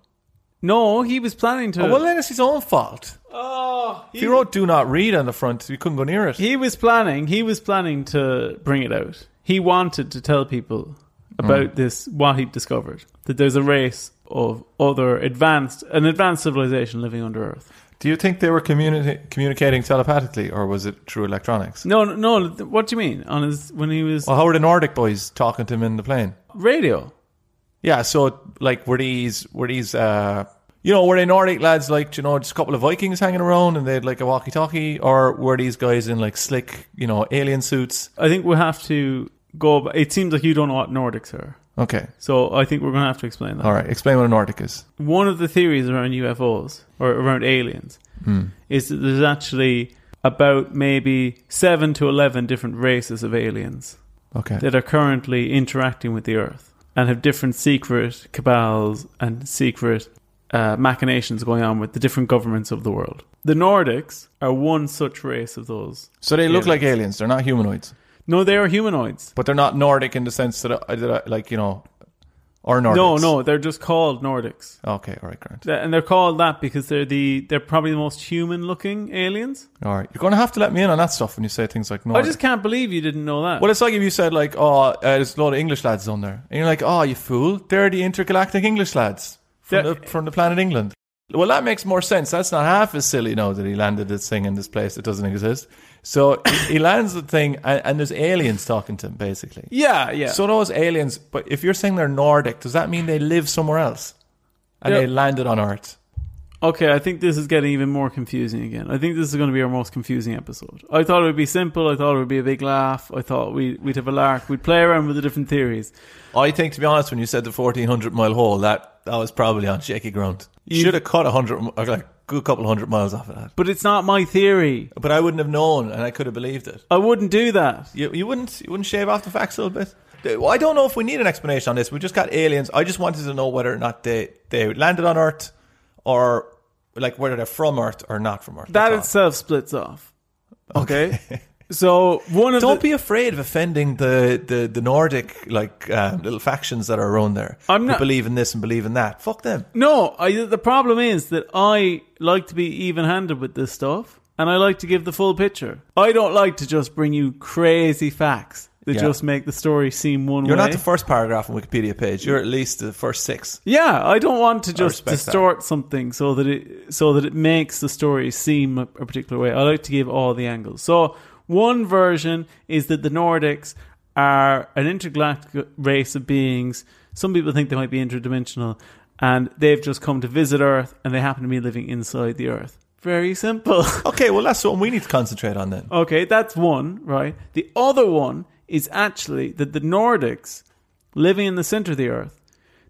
[SPEAKER 4] No, he was planning to.
[SPEAKER 1] Oh, well, then it's his own fault.
[SPEAKER 4] Oh,
[SPEAKER 1] If he wrote "Do not read" on the front, you couldn't go near it.
[SPEAKER 4] He was planning. He was planning to bring it out. He wanted to tell people
[SPEAKER 1] Hmm.
[SPEAKER 4] about this what he discovered that there's a race of other advanced an advanced civilization living under Earth.
[SPEAKER 1] Do you think they were communi- communicating telepathically, or was it through electronics?
[SPEAKER 4] No, no, no. th- What do you mean? On his when he was
[SPEAKER 1] Well, how were the Nordic boys talking to him in the plane?
[SPEAKER 4] radio.
[SPEAKER 1] Yeah, so like, were these were these uh, you know were they Nordic lads like you know just a couple of Vikings hanging around and they had like a walkie-talkie, or were these guys in like slick you know alien suits?
[SPEAKER 4] I think we have to go. ab- It seems like you don't know what Nordics are,
[SPEAKER 1] Okay,
[SPEAKER 4] so I think we're going to have to explain that.
[SPEAKER 1] all right, explain what a Nordic is.
[SPEAKER 4] one of the theories around UFOs or around aliens is that there's actually about maybe seven to eleven different races of aliens
[SPEAKER 1] Okay,
[SPEAKER 4] that are currently interacting with the Earth and have different secret cabals and secret uh, machinations going on with the different governments of the world. The Nordics are one such race of those.
[SPEAKER 1] so they look like aliens; they're not humanoids.
[SPEAKER 4] No, they are humanoids.
[SPEAKER 1] but they're not Nordic in the sense that, I, that I, like you know, or Nordic.
[SPEAKER 4] No, no, they're just called Nordics.
[SPEAKER 1] Okay, all right, Grant.
[SPEAKER 4] Th- And they're called that because they're the they're probably the most human looking aliens.
[SPEAKER 1] All right, you're gonna have to let me in on that stuff when you say things like
[SPEAKER 4] I
[SPEAKER 1] Nordic.
[SPEAKER 4] just can't believe you didn't know that.
[SPEAKER 1] well, it's like if you said like, "Oh, uh, there's a lot of English lads on there," and you're like, "Oh, you fool! They're the intergalactic English lads from
[SPEAKER 4] They're-
[SPEAKER 1] the, from the planet England." Well, that makes more sense. That's not half as silly now that he landed this thing in this place that doesn't exist. So he, he lands the thing, and, and there's aliens talking to him, basically.
[SPEAKER 4] yeah, yeah.
[SPEAKER 1] So those aliens, but if you're saying they're Nordic, does that mean they live somewhere else and
[SPEAKER 4] Yeah.
[SPEAKER 1] they landed on Earth?
[SPEAKER 4] okay, I think this is getting even more confusing again. I think this is going to be our most confusing episode. I thought it would be simple. I thought it would be a big laugh. I thought we, we'd have a lark. We'd play around with the different theories.
[SPEAKER 1] I think, to be honest, when you said the 1400 mile hole, that, that was probably on shaky ground. You should have cut a hundred, mi- like a good couple hundred miles off of that.
[SPEAKER 4] But it's not my theory.
[SPEAKER 1] But I wouldn't have known, and I could have believed it.
[SPEAKER 4] I wouldn't do that.
[SPEAKER 1] You, you wouldn't, you wouldn't shave off the facts a little bit. The- well, I don't know if we need an explanation on this. We just got aliens. I just wanted to know whether or not they they landed on Earth, or like whether they're from Earth or not from Earth.
[SPEAKER 4] That
[SPEAKER 1] That's all.
[SPEAKER 4] itself splits off. Okay. so one of
[SPEAKER 1] Don't
[SPEAKER 4] the,
[SPEAKER 1] be afraid of offending the, the, the Nordic like um, little factions that are around there.
[SPEAKER 4] I'm
[SPEAKER 1] who
[SPEAKER 4] not-
[SPEAKER 1] believe in this and believe in that. Fuck them.
[SPEAKER 4] no. I, the problem is that I like to be even-handed with this stuff, and I like to give the full picture. I don't like to just bring you crazy facts that
[SPEAKER 1] Yeah.
[SPEAKER 4] just make the story seem one
[SPEAKER 1] You're
[SPEAKER 4] way.
[SPEAKER 1] not the first paragraph on Wikipedia page. You're at least the first six.
[SPEAKER 4] Yeah, I don't want to just
[SPEAKER 1] respect that.
[SPEAKER 4] distort something so that it so that it makes the story seem a, a particular way. I like to give all the angles. So one version is that the Nordics are an intergalactic race of beings. Some people think they might be interdimensional, and they've just come to visit Earth, and they happen to be living inside the Earth. Very simple.
[SPEAKER 1] Okay, well that's something we need to concentrate on then.
[SPEAKER 4] Okay, that's one, right? The other one is actually that the Nordics living in the center of the earth,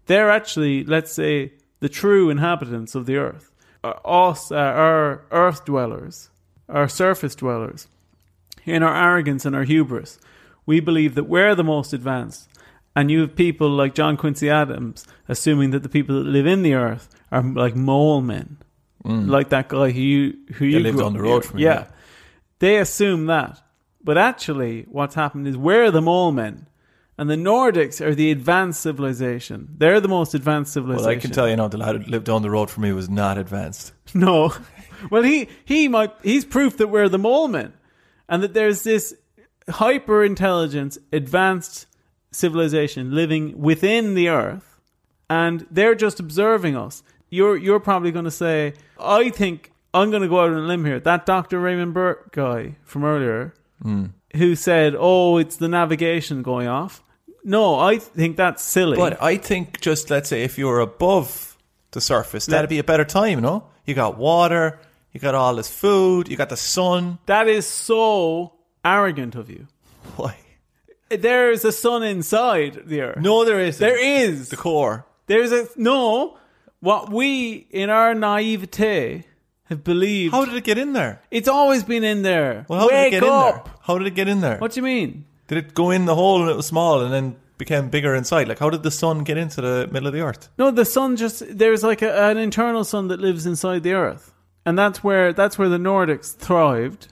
[SPEAKER 4] they're actually, let's say, the true inhabitants of the earth. Are Us, uh, our earth dwellers, our surface dwellers, in our arrogance and our hubris, we believe that we're the most advanced. And you have people like John Quincy Adams assuming that the people that live in the earth are like mole men, like that guy who you who you
[SPEAKER 1] Mm. lived
[SPEAKER 4] grew
[SPEAKER 1] on
[SPEAKER 4] up
[SPEAKER 1] the road
[SPEAKER 4] near.
[SPEAKER 1] from you,
[SPEAKER 4] yeah.
[SPEAKER 1] yeah.
[SPEAKER 4] They assume that. But actually, what's happened is we're the mole men. And the Nordics are the advanced civilization. They're the most advanced civilization.
[SPEAKER 1] Well, I can tell you now, the lad who lived down the road from me was not advanced.
[SPEAKER 4] No. Well, he, he might, he's proof that we're the mole men. And that there's this hyper intelligence, advanced civilization living within the earth. And they're just observing us. You're, you're probably going to say, I think I'm going to go out on a limb here. That Dr. Raymond Burke guy from earlier, who said, Oh, it's the navigation going off. No, I think that's silly.
[SPEAKER 1] But I think just let's say if you were above the surface, that'd be a better time. No, you got water, you got all this food, you got the sun.
[SPEAKER 4] That is so arrogant of you.
[SPEAKER 1] Why?
[SPEAKER 4] There is a sun inside the earth.
[SPEAKER 1] No, there isn't.
[SPEAKER 4] there is.
[SPEAKER 1] The core.
[SPEAKER 4] There's a no. What we in our naivete have believed
[SPEAKER 1] How did it get in there?
[SPEAKER 4] it's always been in there.
[SPEAKER 1] Well, how
[SPEAKER 4] Wake
[SPEAKER 1] did it get
[SPEAKER 4] up.
[SPEAKER 1] in there? How did it get in there?
[SPEAKER 4] What do you mean?
[SPEAKER 1] Did it go in the hole and it was small and then became bigger inside? Like, how did the sun get into the middle of the earth?
[SPEAKER 4] No, the sun just there's like a, an internal sun that lives inside the earth, and that's where that's where the Nordics thrived.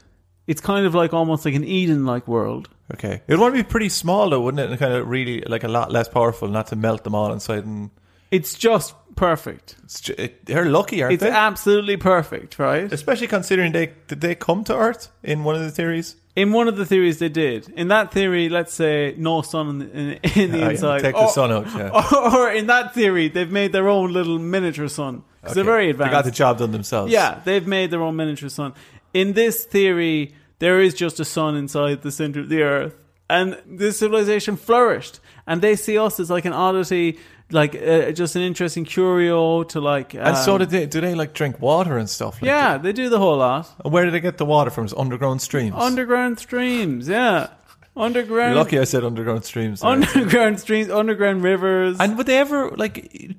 [SPEAKER 4] It's kind of like almost like an Eden-like world.
[SPEAKER 1] Okay. It would want to be pretty small, though, wouldn't it? And kind of really, like, a lot less powerful, not to melt them all inside. And
[SPEAKER 4] It's just perfect.
[SPEAKER 1] it's ju- it, they're lucky, aren't
[SPEAKER 4] It's
[SPEAKER 1] they?
[SPEAKER 4] absolutely perfect, right?
[SPEAKER 1] Especially considering they did they come to Earth in one of the theories.
[SPEAKER 4] In one of the theories they did. In that theory, let's say no sun in the, in, in the
[SPEAKER 1] Ah,
[SPEAKER 4] Oh,
[SPEAKER 1] yeah,
[SPEAKER 4] inside.
[SPEAKER 1] take the sun out, yeah.
[SPEAKER 4] Or, or in that theory, they've made their own little miniature sun. 'Cause they're
[SPEAKER 1] Okay.
[SPEAKER 4] very advanced.
[SPEAKER 1] They got the job done themselves.
[SPEAKER 4] Yeah, they've made their own miniature sun. In this theory, there is just a sun inside the center of the earth, and this civilization flourished. And they see us as like an oddity, like uh, just an interesting curio to like. Um,
[SPEAKER 1] And so did they. Do they like drink water and stuff? Like
[SPEAKER 4] Yeah, they do the whole lot.
[SPEAKER 1] that? Where do they get the water from? It's underground streams.
[SPEAKER 4] Underground streams, yeah. Underground.
[SPEAKER 1] You're lucky I said underground streams. there.
[SPEAKER 4] Underground streams, underground rivers.
[SPEAKER 1] And would they ever like?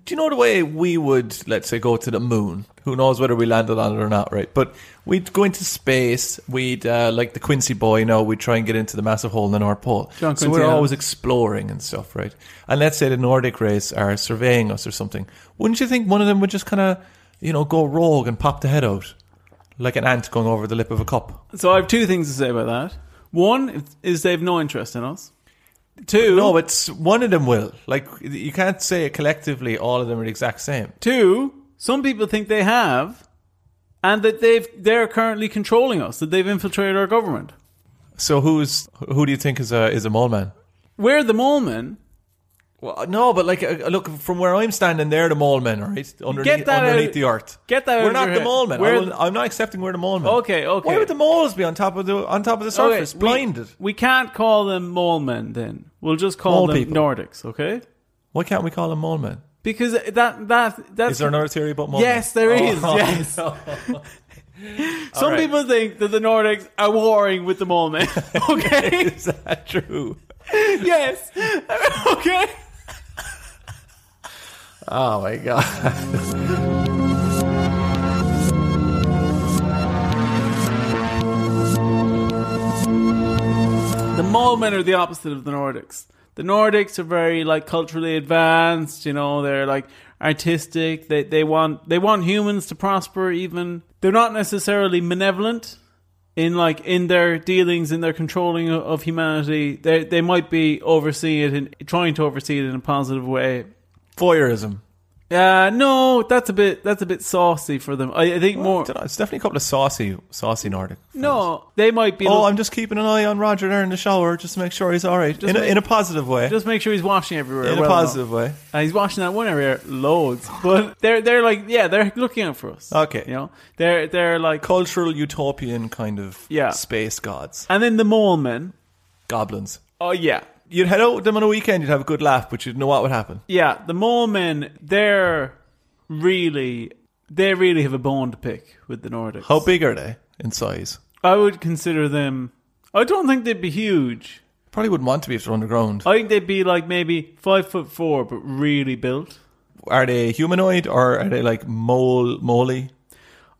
[SPEAKER 1] Do you know the way we would, let's say, go to the moon? Who knows whether we landed on it or not, right? But we'd go into space. We'd uh, like the Quincy boy. You know, we'd try and get into the massive hole in the North Pole.
[SPEAKER 4] John
[SPEAKER 1] so
[SPEAKER 4] Quincy
[SPEAKER 1] we're
[SPEAKER 4] Adams.
[SPEAKER 1] always exploring and stuff, right? And let's say the Nordic race are surveying us or something. Wouldn't you think one of them would just kind of, you know, go rogue and pop the head out? Like an ant going over the lip of a cup.
[SPEAKER 4] so I have two things to say about that. One is they've no interest in us. Two,
[SPEAKER 1] No, it's one of them will. Like you can't say collectively all of them are the exact same.
[SPEAKER 4] Two, some people think they have, and that they've they're currently controlling us, that they've infiltrated our government.
[SPEAKER 1] So who's who do you think is a is a mole man?
[SPEAKER 4] We're the mole men.
[SPEAKER 1] Well, no, but like, uh, look from where I'm standing, they're the mole men, right? Underneath,
[SPEAKER 4] Get that
[SPEAKER 1] underneath
[SPEAKER 4] out-
[SPEAKER 1] the earth.
[SPEAKER 4] get that out
[SPEAKER 1] We're
[SPEAKER 4] of
[SPEAKER 1] not
[SPEAKER 4] your
[SPEAKER 1] the
[SPEAKER 4] head.
[SPEAKER 1] mole men. I
[SPEAKER 4] We're
[SPEAKER 1] will-
[SPEAKER 4] the-
[SPEAKER 1] I'm not accepting we're the mole men.
[SPEAKER 4] Okay, okay.
[SPEAKER 1] Why would the moles be on top of the on top of the surface,
[SPEAKER 4] Okay, we-
[SPEAKER 1] blinded?
[SPEAKER 4] We, can't call them mole men then. We'll just call
[SPEAKER 1] Mole
[SPEAKER 4] them
[SPEAKER 1] people.
[SPEAKER 4] Nordics, okay?
[SPEAKER 1] Why can't we call them mole men?
[SPEAKER 4] Because that that that's
[SPEAKER 1] Is there another theory about mole? Oh,
[SPEAKER 4] Yes, there is. Yes. Some
[SPEAKER 1] right.
[SPEAKER 4] people think that the Nordics are warring with the mole men. Okay.
[SPEAKER 1] is that true?
[SPEAKER 4] yes. okay.
[SPEAKER 1] Oh my god!
[SPEAKER 4] The mole men are the opposite of the Nordics. The Nordics are very like culturally advanced, you know, they're like artistic, they they want they want humans to prosper even. They're not necessarily malevolent in like in their dealings, in their controlling o- of humanity. They they might be overseeing it and trying to oversee it in a positive way.
[SPEAKER 1] Voyeurism.
[SPEAKER 4] Uh no, that's a bit that's a bit saucy for them. I, I think
[SPEAKER 1] I
[SPEAKER 4] more
[SPEAKER 1] don't know, It's definitely a couple of saucy, saucy Nordic.
[SPEAKER 4] No, they might be
[SPEAKER 1] Oh, I'm just keeping an eye on Roger there in the shower just to make sure he's all right in, a,
[SPEAKER 4] make-
[SPEAKER 1] in a positive way.
[SPEAKER 4] just make sure he's washing everywhere.
[SPEAKER 1] in a
[SPEAKER 4] well enough.
[SPEAKER 1] positive way.
[SPEAKER 4] Uh, he's watching that one area loads, but they're they're like yeah, they're looking out for us.
[SPEAKER 1] Okay.
[SPEAKER 4] you know they're they're like,
[SPEAKER 1] cultural utopian kind of
[SPEAKER 4] Yeah.
[SPEAKER 1] space gods,
[SPEAKER 4] and then the mole men.
[SPEAKER 1] goblins.
[SPEAKER 4] Oh yeah,
[SPEAKER 1] You'd head out with them on a weekend, you'd have a good laugh, but you'd know what would happen.
[SPEAKER 4] yeah, the mole men. They're really they really have a bone to pick with the Nordics.
[SPEAKER 1] How big are they in size?
[SPEAKER 4] I would consider them. I don't think they'd be huge.
[SPEAKER 1] Probably wouldn't want to be if they're underground.
[SPEAKER 4] I think they'd be like maybe five foot four, but really built.
[SPEAKER 1] Are they humanoid or are they like mole moley?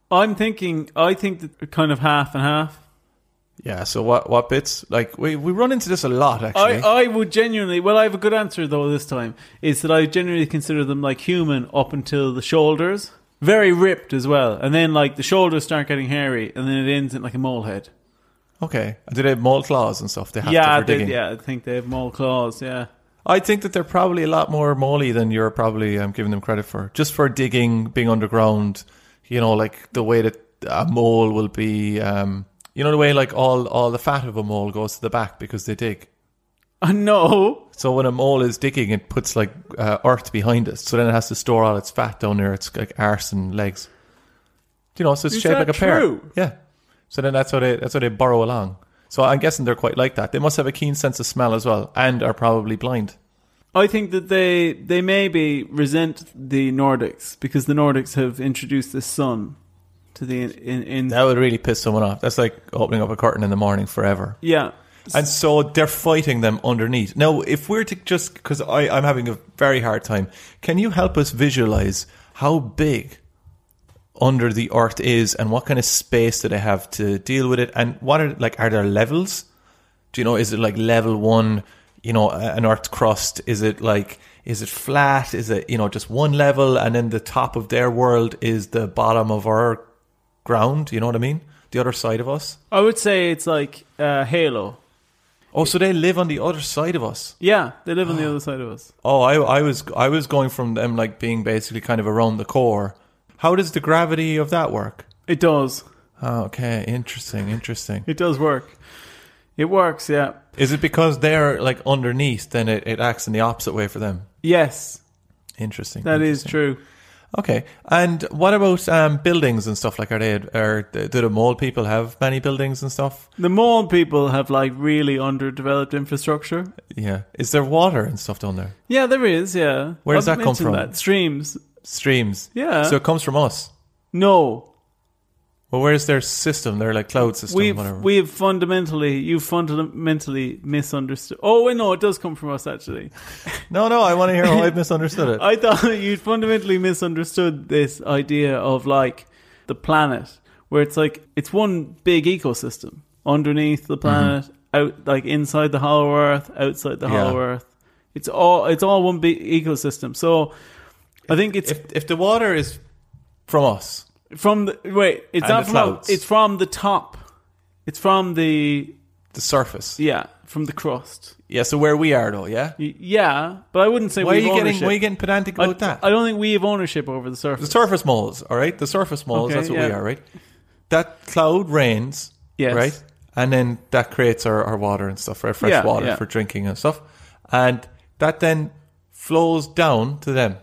[SPEAKER 4] I'm thinking. I think that kind of half and half.
[SPEAKER 1] Yeah. So what what bits? Like we we run into this a lot actually.
[SPEAKER 4] I, uh I would genuinely. Well, I have a good answer though this time. Is that I generally consider them like human up until the shoulders, very ripped as well, and then like the shoulders start getting hairy, and then it ends in like a mole head.
[SPEAKER 1] okay. Do they have mole claws and stuff? They have
[SPEAKER 4] yeah,
[SPEAKER 1] to for
[SPEAKER 4] they,
[SPEAKER 1] digging.
[SPEAKER 4] yeah. I think they have mole claws. Yeah,
[SPEAKER 1] I think that they're probably a lot more moley than you're probably um, giving them credit for. Just for digging, being underground, you know, like the way that a mole will be, um, you know, the way like all, all the fat of a mole goes to the back because they dig.
[SPEAKER 4] uh, no,
[SPEAKER 1] So when a mole is digging, it puts like uh, earth behind it. So then it has to store all its fat down there. It's like arse and legs. Do you know? So it's
[SPEAKER 4] Is
[SPEAKER 1] shaped
[SPEAKER 4] that
[SPEAKER 1] like a pear.
[SPEAKER 4] true?
[SPEAKER 1] Yeah. So then that's how they that's how they burrow along. So I'm guessing they're quite like that. They must have a keen sense of smell as well, and are probably blind.
[SPEAKER 4] I think that they they maybe resent the Nordics because the Nordics have introduced this sun to the in, in, in
[SPEAKER 1] That would really piss someone off. That's like opening up a curtain in the morning forever.
[SPEAKER 4] yeah.
[SPEAKER 1] And so they're fighting them underneath. Now, if we're to just, because I'm having a very hard time, can you help us visualize how big under the earth is and what kind of space do they have to deal with it? And what are, like, are there levels? Do you know, is it like level one, you know, a- an earth crust? Is it like, is it flat? Is it, you know, just one level and then the top of their world is the bottom of our ground? You know what I mean? The other side of us.
[SPEAKER 4] I would say it's like uh, Halo.
[SPEAKER 1] Oh, so they live on the other side of us.
[SPEAKER 4] Yeah, they live on the other side of us.
[SPEAKER 1] Oh, I, I was I was going from them like being basically kind of around the core. How does the gravity of that work?
[SPEAKER 4] It does.
[SPEAKER 1] Oh, okay, interesting, interesting.
[SPEAKER 4] It does work. It works. Yeah.
[SPEAKER 1] Is it because they're like underneath, then it, it acts in the opposite way for them?
[SPEAKER 4] Yes,
[SPEAKER 1] Interesting.
[SPEAKER 4] that is true.
[SPEAKER 1] okay. And what about um, buildings and stuff? Like, are they are do the mole people have many buildings and stuff?
[SPEAKER 4] The Mole people have like really underdeveloped infrastructure.
[SPEAKER 1] Yeah. Is there water and stuff down there?
[SPEAKER 4] Yeah, there is. Yeah.
[SPEAKER 1] Where does
[SPEAKER 4] I've
[SPEAKER 1] that come
[SPEAKER 4] mentioned
[SPEAKER 1] from?
[SPEAKER 4] That. Streams.
[SPEAKER 1] Streams.
[SPEAKER 4] Yeah.
[SPEAKER 1] So it comes from us.
[SPEAKER 4] No,
[SPEAKER 1] Well, where's their system? They're like cloud system,
[SPEAKER 4] we've
[SPEAKER 1] whatever.
[SPEAKER 4] we've fundamentally you fundamentally misunderstood. Oh wait, no, it does come from us actually.
[SPEAKER 1] no, no. I want to hear how I misunderstood it.
[SPEAKER 4] I thought you'd fundamentally misunderstood this idea of like the planet, where it's like it's one big ecosystem underneath
[SPEAKER 1] Mm-hmm.
[SPEAKER 4] the planet, out like inside the hollow earth, outside the
[SPEAKER 1] Yeah.
[SPEAKER 4] hollow earth. It's all it's all one big ecosystem. So I think it's
[SPEAKER 1] if if the water is from us,
[SPEAKER 4] from the wait. It's
[SPEAKER 1] And
[SPEAKER 4] not
[SPEAKER 1] the
[SPEAKER 4] from up-
[SPEAKER 1] clouds.
[SPEAKER 4] it's from the top. It's from the
[SPEAKER 1] the surface.
[SPEAKER 4] yeah from the crust.
[SPEAKER 1] Yeah, so where we are though, yeah.
[SPEAKER 4] Y- Yeah, but I wouldn't say
[SPEAKER 1] Why are
[SPEAKER 4] we've
[SPEAKER 1] you getting
[SPEAKER 4] ownership.
[SPEAKER 1] why are you getting pedantic about
[SPEAKER 4] I,
[SPEAKER 1] that?
[SPEAKER 4] I don't think we have ownership over the surface.
[SPEAKER 1] the surface moles, all right? The surface moles,
[SPEAKER 4] Okay,
[SPEAKER 1] that's what we
[SPEAKER 4] yeah.
[SPEAKER 1] are, right? That cloud rains,
[SPEAKER 4] Yes.
[SPEAKER 1] right? And then that creates our, our water and stuff, right? Fresh
[SPEAKER 4] Yeah,
[SPEAKER 1] water
[SPEAKER 4] yeah.
[SPEAKER 1] for drinking and stuff. And that then flows down to them.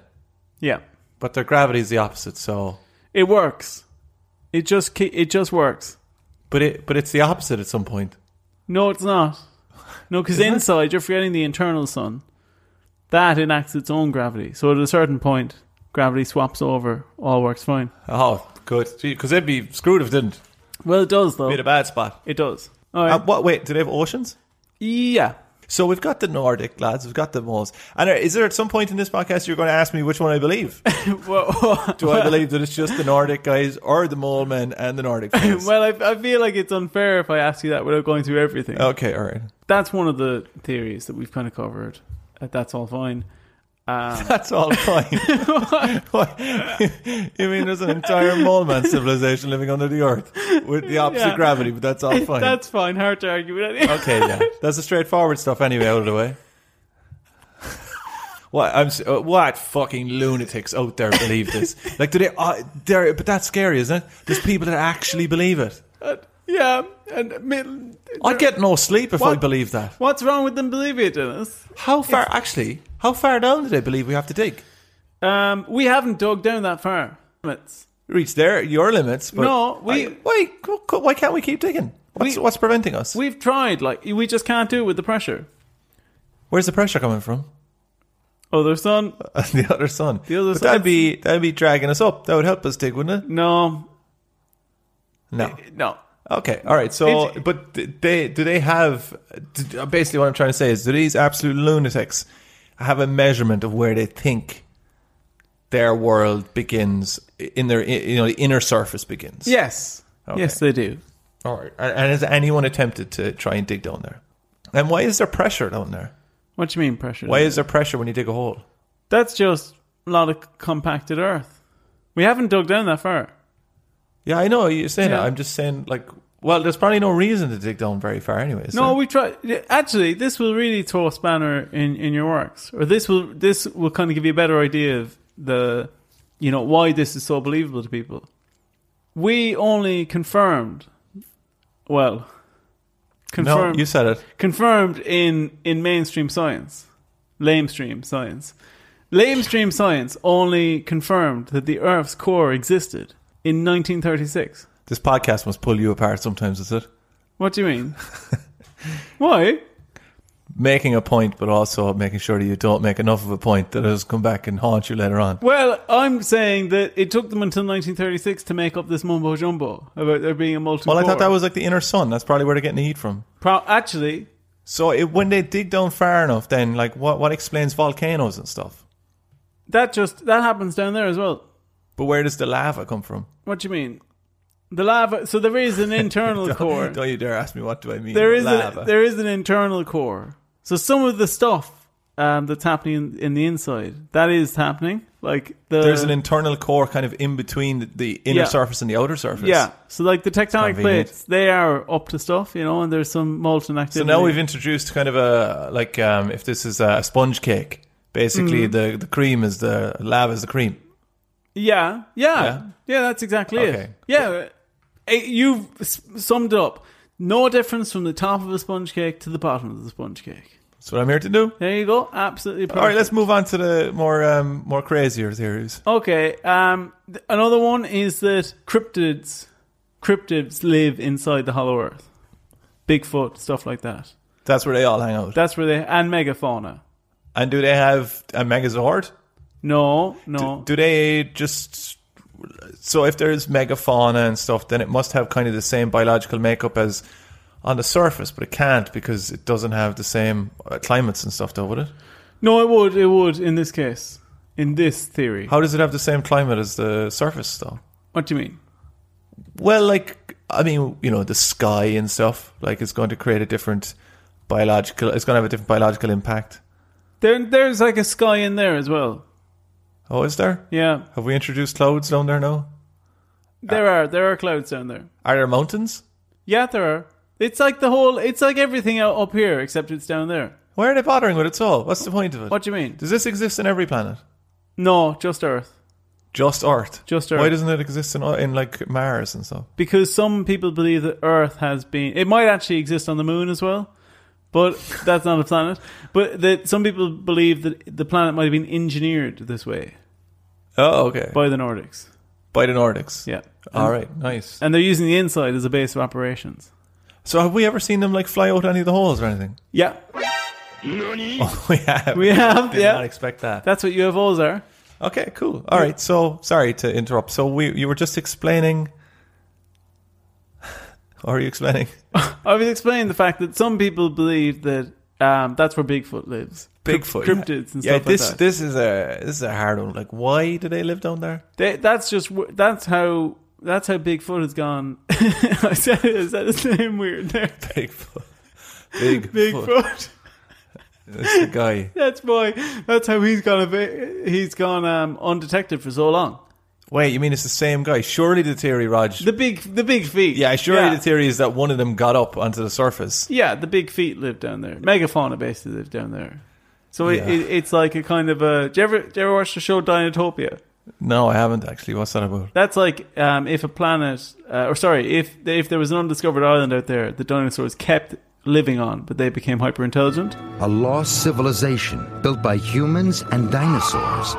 [SPEAKER 4] Yeah,
[SPEAKER 1] But their gravity is the opposite, so
[SPEAKER 4] it works. It just ki- it just works.
[SPEAKER 1] but it but it's the opposite at some point.
[SPEAKER 4] No, it's not. No, because
[SPEAKER 1] Isn't it?
[SPEAKER 4] inside you're forgetting the internal sun. That enacts its own gravity. So at a certain point, gravity swaps over. All works fine.
[SPEAKER 1] Oh, good. Because they'd be screwed if it didn't.
[SPEAKER 4] Well, it does though.
[SPEAKER 1] Be in a bad spot.
[SPEAKER 4] It does. All right.
[SPEAKER 1] Uh, what? Wait, do they have oceans?
[SPEAKER 4] yeah.
[SPEAKER 1] So we've got the Nordic lads, we've got the Moles. And uh, is there at some point in this podcast you're going to ask me which one I believe?
[SPEAKER 4] Well,
[SPEAKER 1] Do I believe that it's just the Nordic guys or the Mole men and the Nordic guys?
[SPEAKER 4] well, I, I feel like it's unfair if I ask you that without going through everything.
[SPEAKER 1] okay, all right.
[SPEAKER 4] That's one of the theories that we've kind of covered. Uh, That's all fine.
[SPEAKER 1] That's all fine. What? you mean there's an entire Mole man civilization living under the earth with the opposite
[SPEAKER 4] Yeah.
[SPEAKER 1] gravity, but that's all fine.
[SPEAKER 4] That's fine. Hard to argue with. Anything.
[SPEAKER 1] okay, yeah. That's the straightforward stuff anyway, out of the way. What I'm s- uh, what fucking lunatics out there believe this? Like, do they? Uh, there, but that's scary, isn't it? There's people that actually believe it.
[SPEAKER 4] Uh, yeah. And mid-
[SPEAKER 1] I get no sleep if I
[SPEAKER 4] What?
[SPEAKER 1] believe that.
[SPEAKER 4] what's wrong with them believing it, Dennis?
[SPEAKER 1] How far, actually? How far down do they believe we have to dig?
[SPEAKER 4] Um, we haven't dug down that far. It's-
[SPEAKER 1] Reach their your limits, but
[SPEAKER 4] No, we-
[SPEAKER 1] I- why? Why can't we keep digging? What's,
[SPEAKER 4] We-
[SPEAKER 1] what's preventing us?
[SPEAKER 4] We've tried. Like we just can't do it with the pressure.
[SPEAKER 1] Where's the pressure coming from?
[SPEAKER 4] Other sun?
[SPEAKER 1] the other sun.
[SPEAKER 4] The other
[SPEAKER 1] But
[SPEAKER 4] sun-
[SPEAKER 1] That'd be that'd be dragging us up. That would help us dig, wouldn't it?
[SPEAKER 4] No,
[SPEAKER 1] No.
[SPEAKER 4] no.
[SPEAKER 1] Okay, all right. So,
[SPEAKER 4] It's-
[SPEAKER 1] but th- they do they have? d- Basically, what I'm trying to say is, do these absolute lunatics have a measurement of where they think their world begins in their you know the inner surface begins?
[SPEAKER 4] Yes,
[SPEAKER 1] Okay.
[SPEAKER 4] yes, they do.
[SPEAKER 1] All right. And and has anyone attempted to try and dig down there? And why is there pressure down there?
[SPEAKER 4] What do you mean pressure?
[SPEAKER 1] Why is there pressure when you dig a hole?
[SPEAKER 4] That's just a lot of compacted earth. We haven't dug down that far.
[SPEAKER 1] Yeah, I know you're saying
[SPEAKER 4] Yeah.
[SPEAKER 1] that. I'm just saying, like, well, there's probably no reason to dig down very far, anyways.
[SPEAKER 4] No, we try. Actually, this will really throw a spanner in, in your works, or this will this will kind of give you a better idea of the, you know, why this is so believable to people. We only confirmed, well,
[SPEAKER 1] no,
[SPEAKER 4] confirmed,
[SPEAKER 1] you said it.
[SPEAKER 4] confirmed in in mainstream science, lamestream science, lamestream science only confirmed that the Earth's core existed in 1936.
[SPEAKER 1] This podcast must pull you apart sometimes, is it?
[SPEAKER 4] What do you mean? why?
[SPEAKER 1] making a point, but also making sure that you don't make enough of a point that it'll come back and haunt you later on.
[SPEAKER 4] Well, I'm saying that it took them until 1936 to make up this mumbo jumbo about there being a molten
[SPEAKER 1] Well, I
[SPEAKER 4] core.
[SPEAKER 1] thought that was like the inner sun. That's probably where they're getting the heat from.
[SPEAKER 4] Pro- actually,
[SPEAKER 1] So it, when they dig down far enough, then like what what explains volcanoes and stuff?
[SPEAKER 4] that just that happens down there as well.
[SPEAKER 1] But where does the lava come from?
[SPEAKER 4] What do you mean? The lava. So there is an internal core.
[SPEAKER 1] Don't you dare ask me what do I mean.
[SPEAKER 4] there
[SPEAKER 1] by
[SPEAKER 4] is
[SPEAKER 1] lava.
[SPEAKER 4] a, there is an internal core. So some of the stuff um, that's happening in, in the inside that is happening. Like the
[SPEAKER 1] There's an internal core kind of in between the, the inner
[SPEAKER 4] Yeah.
[SPEAKER 1] surface and the outer surface.
[SPEAKER 4] yeah. So like the tectonic
[SPEAKER 1] Convenient.
[SPEAKER 4] plates, they are up to stuff, you know, and there's some molten activity.
[SPEAKER 1] So now we've introduced kind of a like um, if this is a sponge cake, basically
[SPEAKER 4] Mm-hmm.
[SPEAKER 1] the the cream is the lava is the cream.
[SPEAKER 4] Yeah, yeah,
[SPEAKER 1] Yeah?
[SPEAKER 4] yeah. that's exactly
[SPEAKER 1] Okay.
[SPEAKER 4] it. Yeah, Eh, you've s- summed it up. No difference from the top of a sponge cake to the bottom of the sponge cake.
[SPEAKER 1] That's what I'm here to do.
[SPEAKER 4] There you go. Absolutely perfect.
[SPEAKER 1] All right, let's move on to the more um, more crazier theories.
[SPEAKER 4] Okay. Um, th- another one is that cryptids, cryptids live inside the Hollow Earth. Bigfoot, stuff like that.
[SPEAKER 1] That's where they all hang out.
[SPEAKER 4] That's where they and megafauna.
[SPEAKER 1] And do they have a Megazord?
[SPEAKER 4] No, no.
[SPEAKER 1] Do they just so if there's megafauna and stuff, then it must have kind of the same biological makeup as on the surface, but it can't because it doesn't have the same uh, climates and stuff, though, would it?
[SPEAKER 4] no, it would, it would in this case, in this theory.
[SPEAKER 1] How does it have the same climate as the surface, though?
[SPEAKER 4] What do you mean?
[SPEAKER 1] Well, like I mean, you know, the sky and stuff, like it's going to create a different biological. It's going to have a different biological impact.
[SPEAKER 4] There, there's like a sky in there as well.
[SPEAKER 1] Oh, is there?
[SPEAKER 4] Yeah,
[SPEAKER 1] Have we introduced clouds down there now?
[SPEAKER 4] there are there are clouds down there.
[SPEAKER 1] Are there mountains?
[SPEAKER 4] Yeah, there are. It's like the whole. It's like everything out up here, except it's down there.
[SPEAKER 1] Why are they bothering with it at all? What's the point of it?
[SPEAKER 4] What do you mean?
[SPEAKER 1] Does this exist in every planet?
[SPEAKER 4] No, just Earth.
[SPEAKER 1] Just Earth.
[SPEAKER 4] Just
[SPEAKER 1] Why
[SPEAKER 4] Earth.
[SPEAKER 1] doesn't it exist in, in like Mars and stuff?
[SPEAKER 4] Because some people believe that Earth has been. It might actually exist on the Moon as well, but that's not a planet. But that some people believe that the planet might have been engineered this way
[SPEAKER 1] Oh, okay. By,
[SPEAKER 4] by the Nordics.
[SPEAKER 1] the Nordics.
[SPEAKER 4] Yeah,
[SPEAKER 1] All right. Nice.
[SPEAKER 4] and they're using the inside as a base of operations.
[SPEAKER 1] So have we ever seen them like fly out any of the holes or anything?
[SPEAKER 4] Yeah,
[SPEAKER 1] Oh, we have.
[SPEAKER 4] we have.
[SPEAKER 1] Did not
[SPEAKER 4] Yeah,
[SPEAKER 1] expect that.
[SPEAKER 4] that's what UFOs are.
[SPEAKER 1] Okay. Cool. All right. So sorry to interrupt. So we you were just explaining. Or are you explaining?
[SPEAKER 4] I was explaining the fact that some people believe that um, that's where Bigfoot lives. Crypt- cryptids, and
[SPEAKER 1] yeah,
[SPEAKER 4] stuff
[SPEAKER 1] this
[SPEAKER 4] like that.
[SPEAKER 1] this is a this is a hard one. Like, why do they live down there?
[SPEAKER 4] They, that's just wh- that's how that's how Bigfoot has gone. I said I said his name weird there.
[SPEAKER 1] Bigfoot. Big Bigfoot.
[SPEAKER 4] Bigfoot.
[SPEAKER 1] That's the guy.
[SPEAKER 4] That's why. That's how he's gone. A bit, he's gone um, undetected for so long.
[SPEAKER 1] Wait, you mean it's the same guy? Surely the theory, Raj.
[SPEAKER 4] The big, the big feet.
[SPEAKER 1] yeah, surely
[SPEAKER 4] yeah.
[SPEAKER 1] the theory is that one of them got up onto the surface.
[SPEAKER 4] Yeah, the big feet live down there. Megafauna basically live down there. So it,
[SPEAKER 1] Yeah.
[SPEAKER 4] it, it's like a kind of a. Do you ever, do you ever watch the show Dinotopia?
[SPEAKER 1] No, I haven't actually. What's that about?
[SPEAKER 4] That's like um, if a planet, uh, or sorry, if if there was an undiscovered island out there, the dinosaurs kept living on, but they became hyper intelligent.
[SPEAKER 5] A lost civilization built by humans and dinosaurs,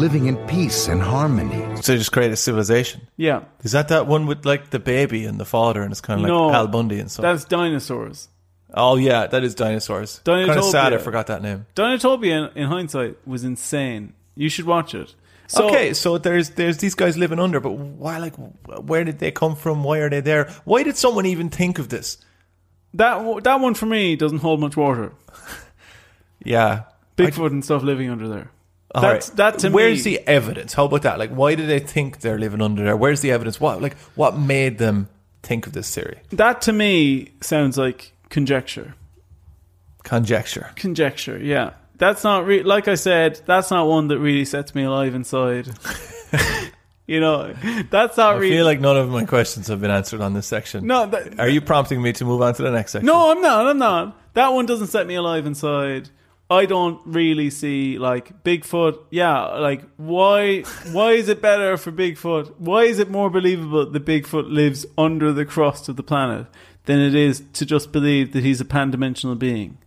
[SPEAKER 5] living in peace and harmony.
[SPEAKER 1] So they just create a civilization.
[SPEAKER 4] Yeah,
[SPEAKER 1] Is that that one with like the baby and the father, and it's kind of like
[SPEAKER 4] No.
[SPEAKER 1] Al Bundy and stuff?
[SPEAKER 4] that's dinosaurs.
[SPEAKER 1] oh yeah, that is dinosaurs. Kind of sad I
[SPEAKER 4] Dinotopia.
[SPEAKER 1] forgot that name.
[SPEAKER 4] Dinotopia, in hindsight, was insane. You should watch it. So,
[SPEAKER 1] okay, so there's there's these guys living under, but why? Like, where did they come from? Why are they there? Why did someone even think of this?
[SPEAKER 4] that w- that one for me doesn't hold much water.
[SPEAKER 1] Yeah,
[SPEAKER 4] Bigfoot and stuff living under there.
[SPEAKER 1] All
[SPEAKER 4] that's
[SPEAKER 1] right.
[SPEAKER 4] that to
[SPEAKER 1] Where's
[SPEAKER 4] me.
[SPEAKER 1] the evidence? How about that? Like, why do they think they're living under there? Where's the evidence? What like what made them think of this theory?
[SPEAKER 4] that to me sounds like conjecture.
[SPEAKER 1] Conjecture.
[SPEAKER 4] Conjecture, yeah. That's not re- like I said. That's not one that really sets me alive inside. you know, that's not
[SPEAKER 1] I
[SPEAKER 4] really.
[SPEAKER 1] feel like none of my questions have been answered on this section.
[SPEAKER 4] no, that,
[SPEAKER 1] Are you prompting me to move on to the next section?
[SPEAKER 4] no, I'm not. I'm not. That one doesn't set me alive inside. I don't really see like Bigfoot. Yeah, like why? Why is it better for Bigfoot? Why is it more believable that Bigfoot lives under the crust of the planet than it is to just believe that he's a pan-dimensional being,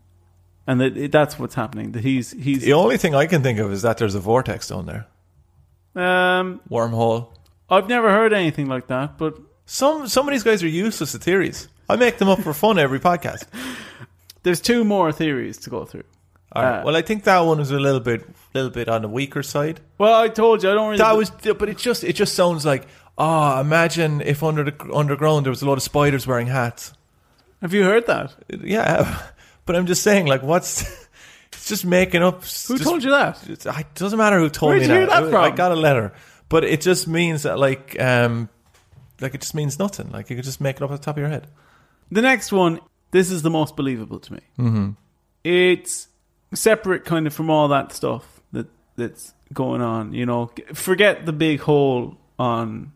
[SPEAKER 4] and that it, that's what's happening. That he's he's
[SPEAKER 1] The only thing I can think of is that there's a vortex down there.
[SPEAKER 4] um
[SPEAKER 1] Wormhole.
[SPEAKER 4] I've never heard anything like that, but
[SPEAKER 1] Some some of these guys are useless at theories. I make them up for fun every podcast.
[SPEAKER 4] There's two more theories to go through.
[SPEAKER 1] All right. well, I think that one was a little bit, little bit on the weaker side.
[SPEAKER 4] Well, I told you I don't really.
[SPEAKER 1] That was, but it just, it just sounds like, ah, imagine if under the underground there was a lot of spiders wearing hats.
[SPEAKER 4] Have you heard that?
[SPEAKER 1] Yeah, but I'm just saying, like, what's? It's just making up.
[SPEAKER 4] Who told you that?
[SPEAKER 1] It doesn't matter who told
[SPEAKER 4] Where'd
[SPEAKER 1] me
[SPEAKER 4] you hear
[SPEAKER 1] that.
[SPEAKER 4] that
[SPEAKER 1] I
[SPEAKER 4] from?
[SPEAKER 1] got a letter, but it just means that, like, um, like it just means nothing. Like you could just make it up at the top of your head.
[SPEAKER 4] The next one, this is the most believable to me. Mm-hmm. It's separate, kind of, from all that stuff that that's going on. You know, forget the big hole on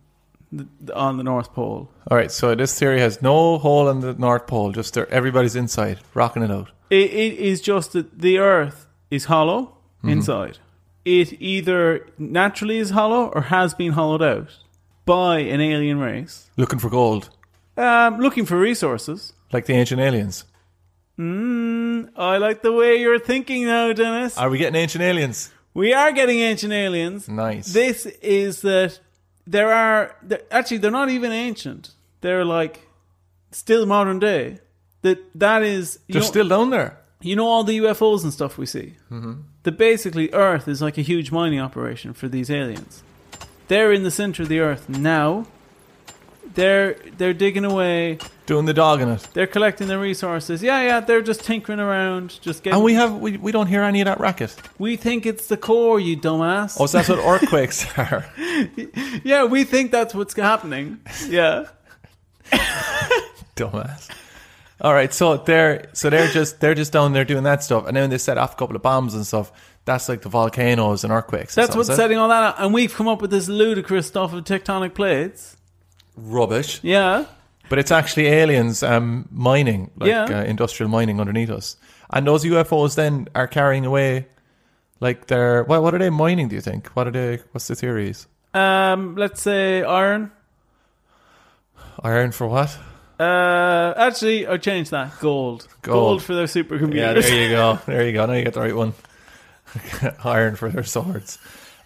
[SPEAKER 4] the, on the North Pole.
[SPEAKER 1] All right, so this theory has no hole in the North Pole. Just there, everybody's inside, rocking it out.
[SPEAKER 4] It, it is just that the Earth is hollow
[SPEAKER 1] Mm-hmm.
[SPEAKER 4] inside. It either naturally is hollow or has been hollowed out by an alien race
[SPEAKER 1] looking for gold,
[SPEAKER 4] um, looking for resources. Hmm,
[SPEAKER 1] like the ancient aliens.
[SPEAKER 4] I like the way you're thinking now, Dennis.
[SPEAKER 1] Are we getting ancient aliens?
[SPEAKER 4] We are getting ancient aliens.
[SPEAKER 1] Nice.
[SPEAKER 4] This is that there are th- actually they're not even ancient. They're like still modern day. That that is you
[SPEAKER 1] They're
[SPEAKER 4] know,
[SPEAKER 1] still down there.
[SPEAKER 4] you know all the UFOs and stuff we see. Mm-hmm. That basically Earth is like a huge mining operation for these aliens. They're in the center of the Earth now. They're they're digging away.
[SPEAKER 1] Doing the dog in it.
[SPEAKER 4] They're collecting their resources. Yeah, yeah. They're just tinkering around, just getting.
[SPEAKER 1] And we have we, we don't hear any of that racket.
[SPEAKER 4] we think it's the core, you dumbass.
[SPEAKER 1] Oh, so that's what earthquakes are.
[SPEAKER 4] Yeah, we think that's what's happening. Yeah.
[SPEAKER 1] Dumbass. All right, so they're so they're just they're just down there doing that stuff, and then when they set off a couple of bombs and stuff. That's like the volcanoes and earthquakes. and
[SPEAKER 4] That's
[SPEAKER 1] stuff,
[SPEAKER 4] what's
[SPEAKER 1] is it?
[SPEAKER 4] setting all that up. And we've come up with this ludicrous stuff of tectonic plates.
[SPEAKER 1] rubbish.
[SPEAKER 4] Yeah.
[SPEAKER 1] But it's actually aliens um, mining, like
[SPEAKER 4] Yeah.
[SPEAKER 1] uh, industrial mining underneath us. And those UFOs then are carrying away, like they're what, what are they mining? Do you think? What are they? What's the theories?
[SPEAKER 4] Um, let's say iron.
[SPEAKER 1] Iron for what?
[SPEAKER 4] Uh, actually, I changed that. Gold.
[SPEAKER 1] Gold.
[SPEAKER 4] for their
[SPEAKER 1] Yeah,
[SPEAKER 4] supercomputers.
[SPEAKER 1] there you go. There you go. Now you got the right one. Iron for their swords.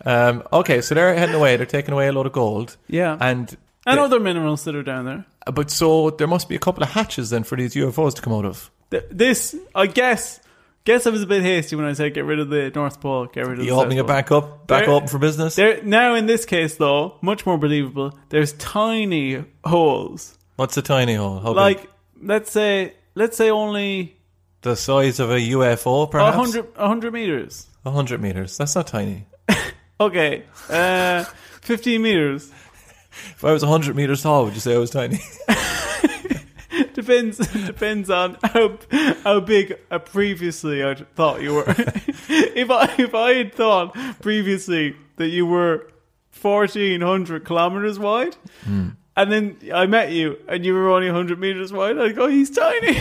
[SPEAKER 1] Um, okay, so they're heading away. They're taking away a load of gold.
[SPEAKER 4] Yeah.
[SPEAKER 1] And,
[SPEAKER 4] and other minerals that are down there.
[SPEAKER 1] but so there must be a couple of hatches then for these UFOs to come out of.
[SPEAKER 4] Th- This, I guess, guess I was a bit hasty when I said get rid of the North Pole, get rid of the
[SPEAKER 1] You
[SPEAKER 4] South
[SPEAKER 1] opening it
[SPEAKER 4] Pole.
[SPEAKER 1] back up, back
[SPEAKER 4] There-
[SPEAKER 1] open for business?
[SPEAKER 4] There, now, in this case, though, much more believable, there's tiny holes.
[SPEAKER 1] What's a tiny hole? How big?
[SPEAKER 4] Like, let's say, let's say only
[SPEAKER 1] the size of a UFO,
[SPEAKER 4] a
[SPEAKER 1] perhaps?
[SPEAKER 4] hundred, a hundred meters.
[SPEAKER 1] 100 meters. That's not tiny.
[SPEAKER 4] Okay, uh, fifteen meters
[SPEAKER 1] If I was 100 meters tall, would you say I was tiny?
[SPEAKER 4] depends depends on how how big uh, previously I thought you were. if I if I had thought previously that you were fourteen hundred kilometers wide.
[SPEAKER 1] Hmm.
[SPEAKER 4] And then I met you, and you were only 100 meters wide. I'd go, he's tiny.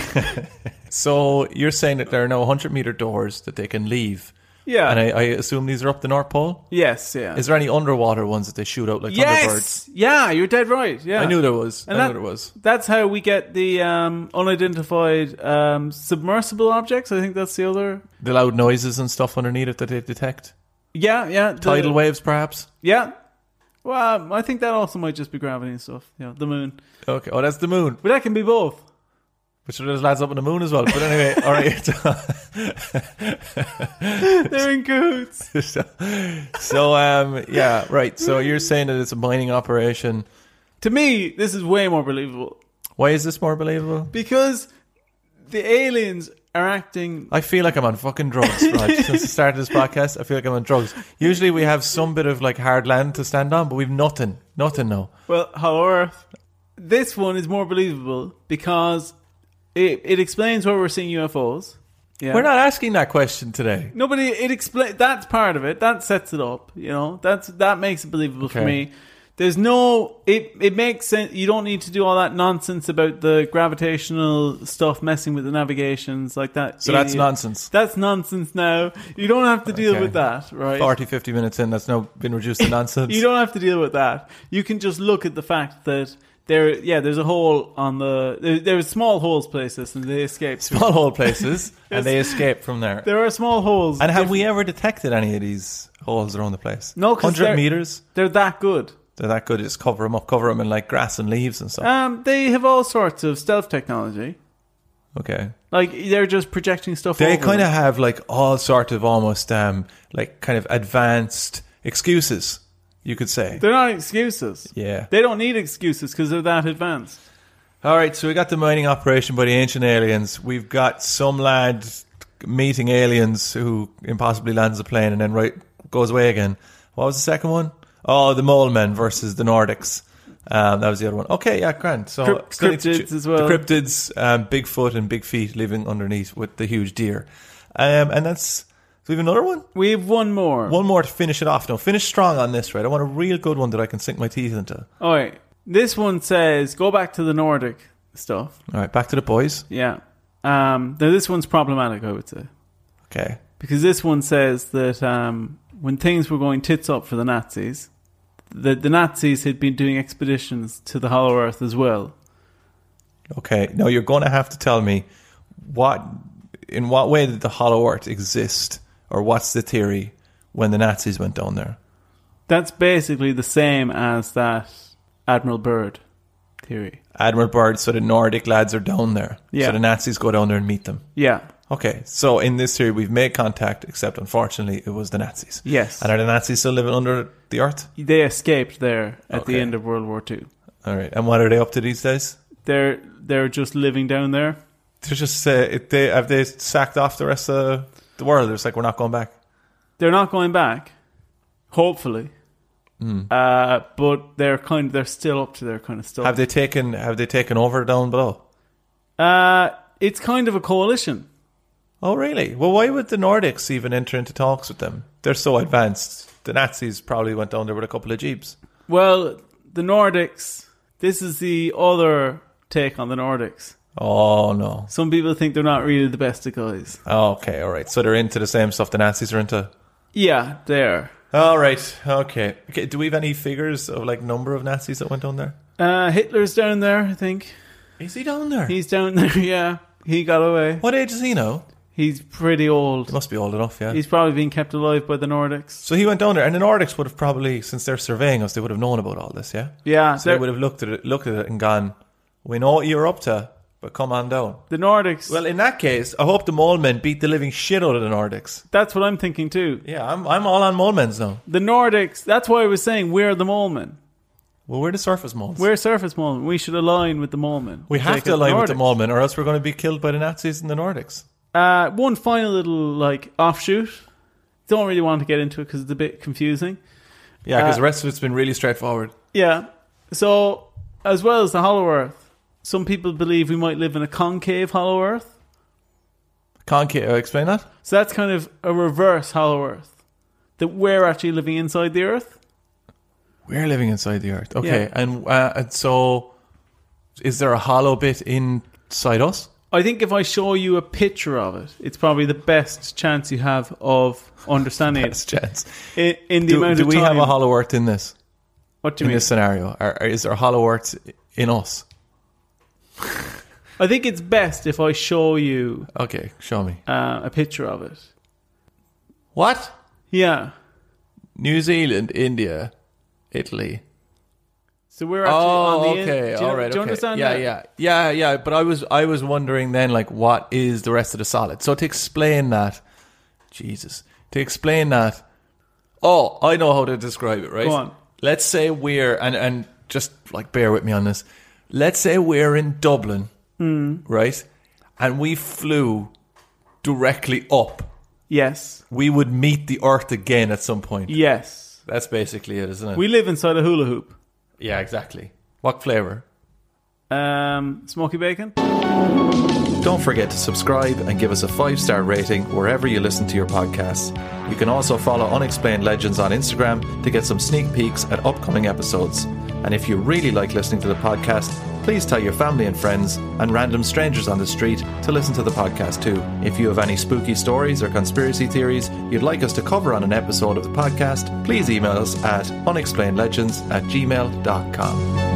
[SPEAKER 1] so you're saying that there are now 100 meter doors that they can leave.
[SPEAKER 4] yeah.
[SPEAKER 1] And I, I assume these are up the North Pole?
[SPEAKER 4] yes, yeah.
[SPEAKER 1] Is there any underwater ones that they shoot out like Thunderbirds?
[SPEAKER 4] yes! Yeah, you're dead right. Yeah.
[SPEAKER 1] I knew there was.
[SPEAKER 4] And
[SPEAKER 1] I
[SPEAKER 4] that-
[SPEAKER 1] knew there was.
[SPEAKER 4] That's how we get the um, unidentified um, submersible objects. I think that's the other.
[SPEAKER 1] The loud noises and stuff underneath it that they detect.
[SPEAKER 4] Yeah, yeah. the-
[SPEAKER 1] Tidal waves, perhaps.
[SPEAKER 4] Yeah. Well, um, I think that also might just be gravity and stuff. Yeah, the moon.
[SPEAKER 1] Okay. Oh, that's the moon.
[SPEAKER 4] But that can be both.
[SPEAKER 1] Which are those lads up on the moon as well. But anyway, all right.
[SPEAKER 4] They're in cahoots.
[SPEAKER 1] so, so, um, yeah, right. So you're saying that it's a mining operation.
[SPEAKER 4] to me, this is way more believable
[SPEAKER 1] Why is this more believable?
[SPEAKER 4] because the aliens are acting.
[SPEAKER 1] I feel like I'm on fucking drugs, right? Since the start of this podcast, I feel like I'm on drugs. Usually we have some bit of like hard land to stand on, but we've nothing. Nothing now.
[SPEAKER 4] Well, Hollow Earth. This one is more believable because it, it explains why we're seeing UFOs. Yeah.
[SPEAKER 1] We're not asking that question today.
[SPEAKER 4] Nobody. It explains. That's part of it. That sets it up. You know. That's that makes it believable for
[SPEAKER 1] Okay.
[SPEAKER 4] me. There's no. It it makes sense. You don't need to do all that nonsense about the gravitational stuff messing with the navigations like that.
[SPEAKER 1] So that's
[SPEAKER 4] idiot.
[SPEAKER 1] nonsense.
[SPEAKER 4] That's nonsense now. You don't have to deal
[SPEAKER 1] Okay.
[SPEAKER 4] with that, right?
[SPEAKER 1] 40, 50 minutes in, that's now been reduced to nonsense.
[SPEAKER 4] You don't have to deal with that. You can just look at the fact that there. Yeah, there's a hole on the. There, there's small holes places, and they escape. through.
[SPEAKER 1] Small hole places, and they escape from there.
[SPEAKER 4] There are small holes.
[SPEAKER 1] And have we ever detected any of these holes around the place?
[SPEAKER 4] No, 'cause they're-
[SPEAKER 1] hundred meters.
[SPEAKER 4] They're that good.
[SPEAKER 1] They're that good. Just cover them up, cover them in like grass and leaves and stuff.
[SPEAKER 4] Um, they have all sorts of stealth technology.
[SPEAKER 1] Okay.
[SPEAKER 4] Like they're just projecting stuff.
[SPEAKER 1] They
[SPEAKER 4] over
[SPEAKER 1] kind
[SPEAKER 4] them.
[SPEAKER 1] of have like all sort of almost um like kind of advanced excuses, you could say.
[SPEAKER 4] They're not excuses.
[SPEAKER 1] Yeah.
[SPEAKER 4] They don't need excuses because they're that advanced.
[SPEAKER 1] All right, so we got the mining operation by the ancient aliens. We've got some lad meeting aliens who impossibly lands a plane and then right goes away again. What was the second one? Oh, the mole men versus the Nordics. Um, that was the other one. Okay, yeah, grand. So
[SPEAKER 4] Cryp-
[SPEAKER 1] still need to
[SPEAKER 4] cryptids
[SPEAKER 1] ch-
[SPEAKER 4] as well.
[SPEAKER 1] The cryptids, um, Bigfoot and Big Feet living underneath with the huge deer. Um, and that's so we have another one.
[SPEAKER 4] We have one more.
[SPEAKER 1] One more to finish it off. Now finish strong on this, right? I want a real good one that I can sink my teeth into.
[SPEAKER 4] All right. Oh, This one says go back to the Nordic stuff.
[SPEAKER 1] All right, back to the boys.
[SPEAKER 4] Yeah. Um, now this one's problematic, I would say,
[SPEAKER 1] Okay.
[SPEAKER 4] because this one says that um, when things were going tits up for the Nazis, that the Nazis had been doing expeditions to the Hollow Earth as well.
[SPEAKER 1] Okay, now you're going to have to tell me what, in what way did the Hollow Earth exist, or what's the theory when the Nazis went down there?
[SPEAKER 4] That's basically the same as that Admiral Byrd theory.
[SPEAKER 1] Admiral Byrd, so the Nordic lads are down there,
[SPEAKER 4] Yeah.
[SPEAKER 1] so the Nazis go down there and meet them.
[SPEAKER 4] Yeah.
[SPEAKER 1] Okay, so in this theory, we've made contact, except unfortunately, it was the Nazis.
[SPEAKER 4] Yes.
[SPEAKER 1] And are the Nazis still living under the earth?
[SPEAKER 4] They escaped there at the
[SPEAKER 1] Okay.
[SPEAKER 4] end of World War Two.
[SPEAKER 1] All right, and what are they up to these days?
[SPEAKER 4] They're they're just living down there.
[SPEAKER 1] They're just uh, it- they have they sacked off the rest of the world. It's like we're not going back.
[SPEAKER 4] They're not going back, hopefully.
[SPEAKER 1] Hmm.
[SPEAKER 4] Uh, but they're kind. They're still up to their kind of stuff.
[SPEAKER 1] Have they taken Have they taken over down below?
[SPEAKER 4] Uh, it's kind of a coalition.
[SPEAKER 1] Oh, really? Well, why would the Nordics even enter into talks with them? They're so advanced. The Nazis probably went down there with a couple of jeeps.
[SPEAKER 4] Well, the Nordics. This is the other take on the Nordics.
[SPEAKER 1] Oh no.
[SPEAKER 4] Some people think they're not really the best of guys.
[SPEAKER 1] Okay, all right. So they're into the same stuff the Nazis are into.
[SPEAKER 4] Yeah, they are.
[SPEAKER 1] All right. Okay. Okay. Do we have any figures of like number of Nazis that went down there?
[SPEAKER 4] Uh, Hitler's down there. I think
[SPEAKER 1] Is he down there?
[SPEAKER 4] he's down there. Yeah, he got away.
[SPEAKER 1] what age is he now?
[SPEAKER 4] He's pretty
[SPEAKER 1] He
[SPEAKER 4] old.
[SPEAKER 1] must be old enough, yeah.
[SPEAKER 4] He's probably been kept alive by the Nordics.
[SPEAKER 1] so he went down there, and the Nordics would have probably, since they're surveying us, they would have known about all this, yeah.
[SPEAKER 4] Yeah,
[SPEAKER 1] So they
[SPEAKER 4] they're-
[SPEAKER 1] would have looked at it, looked at it, and gone, "We know what you're up to, but come on down."
[SPEAKER 4] the Nordics.
[SPEAKER 1] Well, in that case, I hope the mole men beat the living shit out of the Nordics.
[SPEAKER 4] that's what I'm thinking too.
[SPEAKER 1] Yeah, I'm, I'm all on mole men's now.
[SPEAKER 4] The Nordics. That's why I was saying we're the molemen.
[SPEAKER 1] Well, we're the surface moles.
[SPEAKER 4] We're surface molemen. We should align with the molemen.
[SPEAKER 1] we have
[SPEAKER 4] Take
[SPEAKER 1] to
[SPEAKER 4] it
[SPEAKER 1] align with the
[SPEAKER 4] Nordics.
[SPEAKER 1] mole men, or else we're going to be killed by the Nazis and the Nordics.
[SPEAKER 4] Uh, one final little like offshoot. Don't really want to get into it because it's a bit confusing.
[SPEAKER 1] Yeah, because
[SPEAKER 4] Uh,
[SPEAKER 1] the rest of it's been really straightforward.
[SPEAKER 4] Yeah. So, as well as the Hollow Earth, some people believe we might live in a concave Hollow Earth.
[SPEAKER 1] Concave, uh, explain that?
[SPEAKER 4] So that's kind of a reverse Hollow Earth that we're actually living inside the Earth.
[SPEAKER 1] We're living inside the Earth. Okay,
[SPEAKER 4] Yeah.
[SPEAKER 1] and, uh, and so is there a hollow bit inside us?
[SPEAKER 4] I think if I show you a picture of it, it's probably the best chance you have of understanding
[SPEAKER 1] That's
[SPEAKER 4] it.
[SPEAKER 1] chance.
[SPEAKER 4] In, in the
[SPEAKER 1] Do,
[SPEAKER 4] amount
[SPEAKER 1] do
[SPEAKER 4] of
[SPEAKER 1] we
[SPEAKER 4] time.
[SPEAKER 1] have a hollow Earth in this?
[SPEAKER 4] what do
[SPEAKER 1] In
[SPEAKER 4] you mean?
[SPEAKER 1] this scenario? Or, or is there a hollow Earth in us?
[SPEAKER 4] I think it's best if I show you
[SPEAKER 1] Okay, show me.
[SPEAKER 4] uh, a picture of it.
[SPEAKER 1] What?
[SPEAKER 4] Yeah.
[SPEAKER 1] New Zealand, India, Italy.
[SPEAKER 4] So we're actually on the in-
[SPEAKER 1] Oh, okay.
[SPEAKER 4] Do you,
[SPEAKER 1] All right.
[SPEAKER 4] do you
[SPEAKER 1] okay.
[SPEAKER 4] understand
[SPEAKER 1] Yeah,
[SPEAKER 4] that?
[SPEAKER 1] yeah, yeah, yeah. But I was, I was wondering then, like, what is the rest of the solid? So to explain that, Jesus, to explain that. Oh, I know how to describe it. Right.
[SPEAKER 4] Go on.
[SPEAKER 1] Let's say we're and and just like bear with me on this. Let's say we're in Dublin,
[SPEAKER 4] Hmm.
[SPEAKER 1] right? And we flew directly up.
[SPEAKER 4] Yes.
[SPEAKER 1] We would meet the Earth again at some point.
[SPEAKER 4] Yes.
[SPEAKER 1] That's basically it, isn't it?
[SPEAKER 4] We live inside a hula hoop.
[SPEAKER 1] yeah, exactly. What flavor?
[SPEAKER 4] Um, smoky bacon?
[SPEAKER 6] Don't forget to subscribe and give us a five star rating wherever you listen to your podcasts. You can also follow Unexplained Legends on Instagram to get some sneak peeks at upcoming episodes. And if you really like listening to the podcast, please tell your family and friends and random strangers on the street to listen to the podcast too. If you have any spooky stories or conspiracy theories you'd like us to cover on an episode of the podcast, please email us at unexplainedlegends at gmail.com.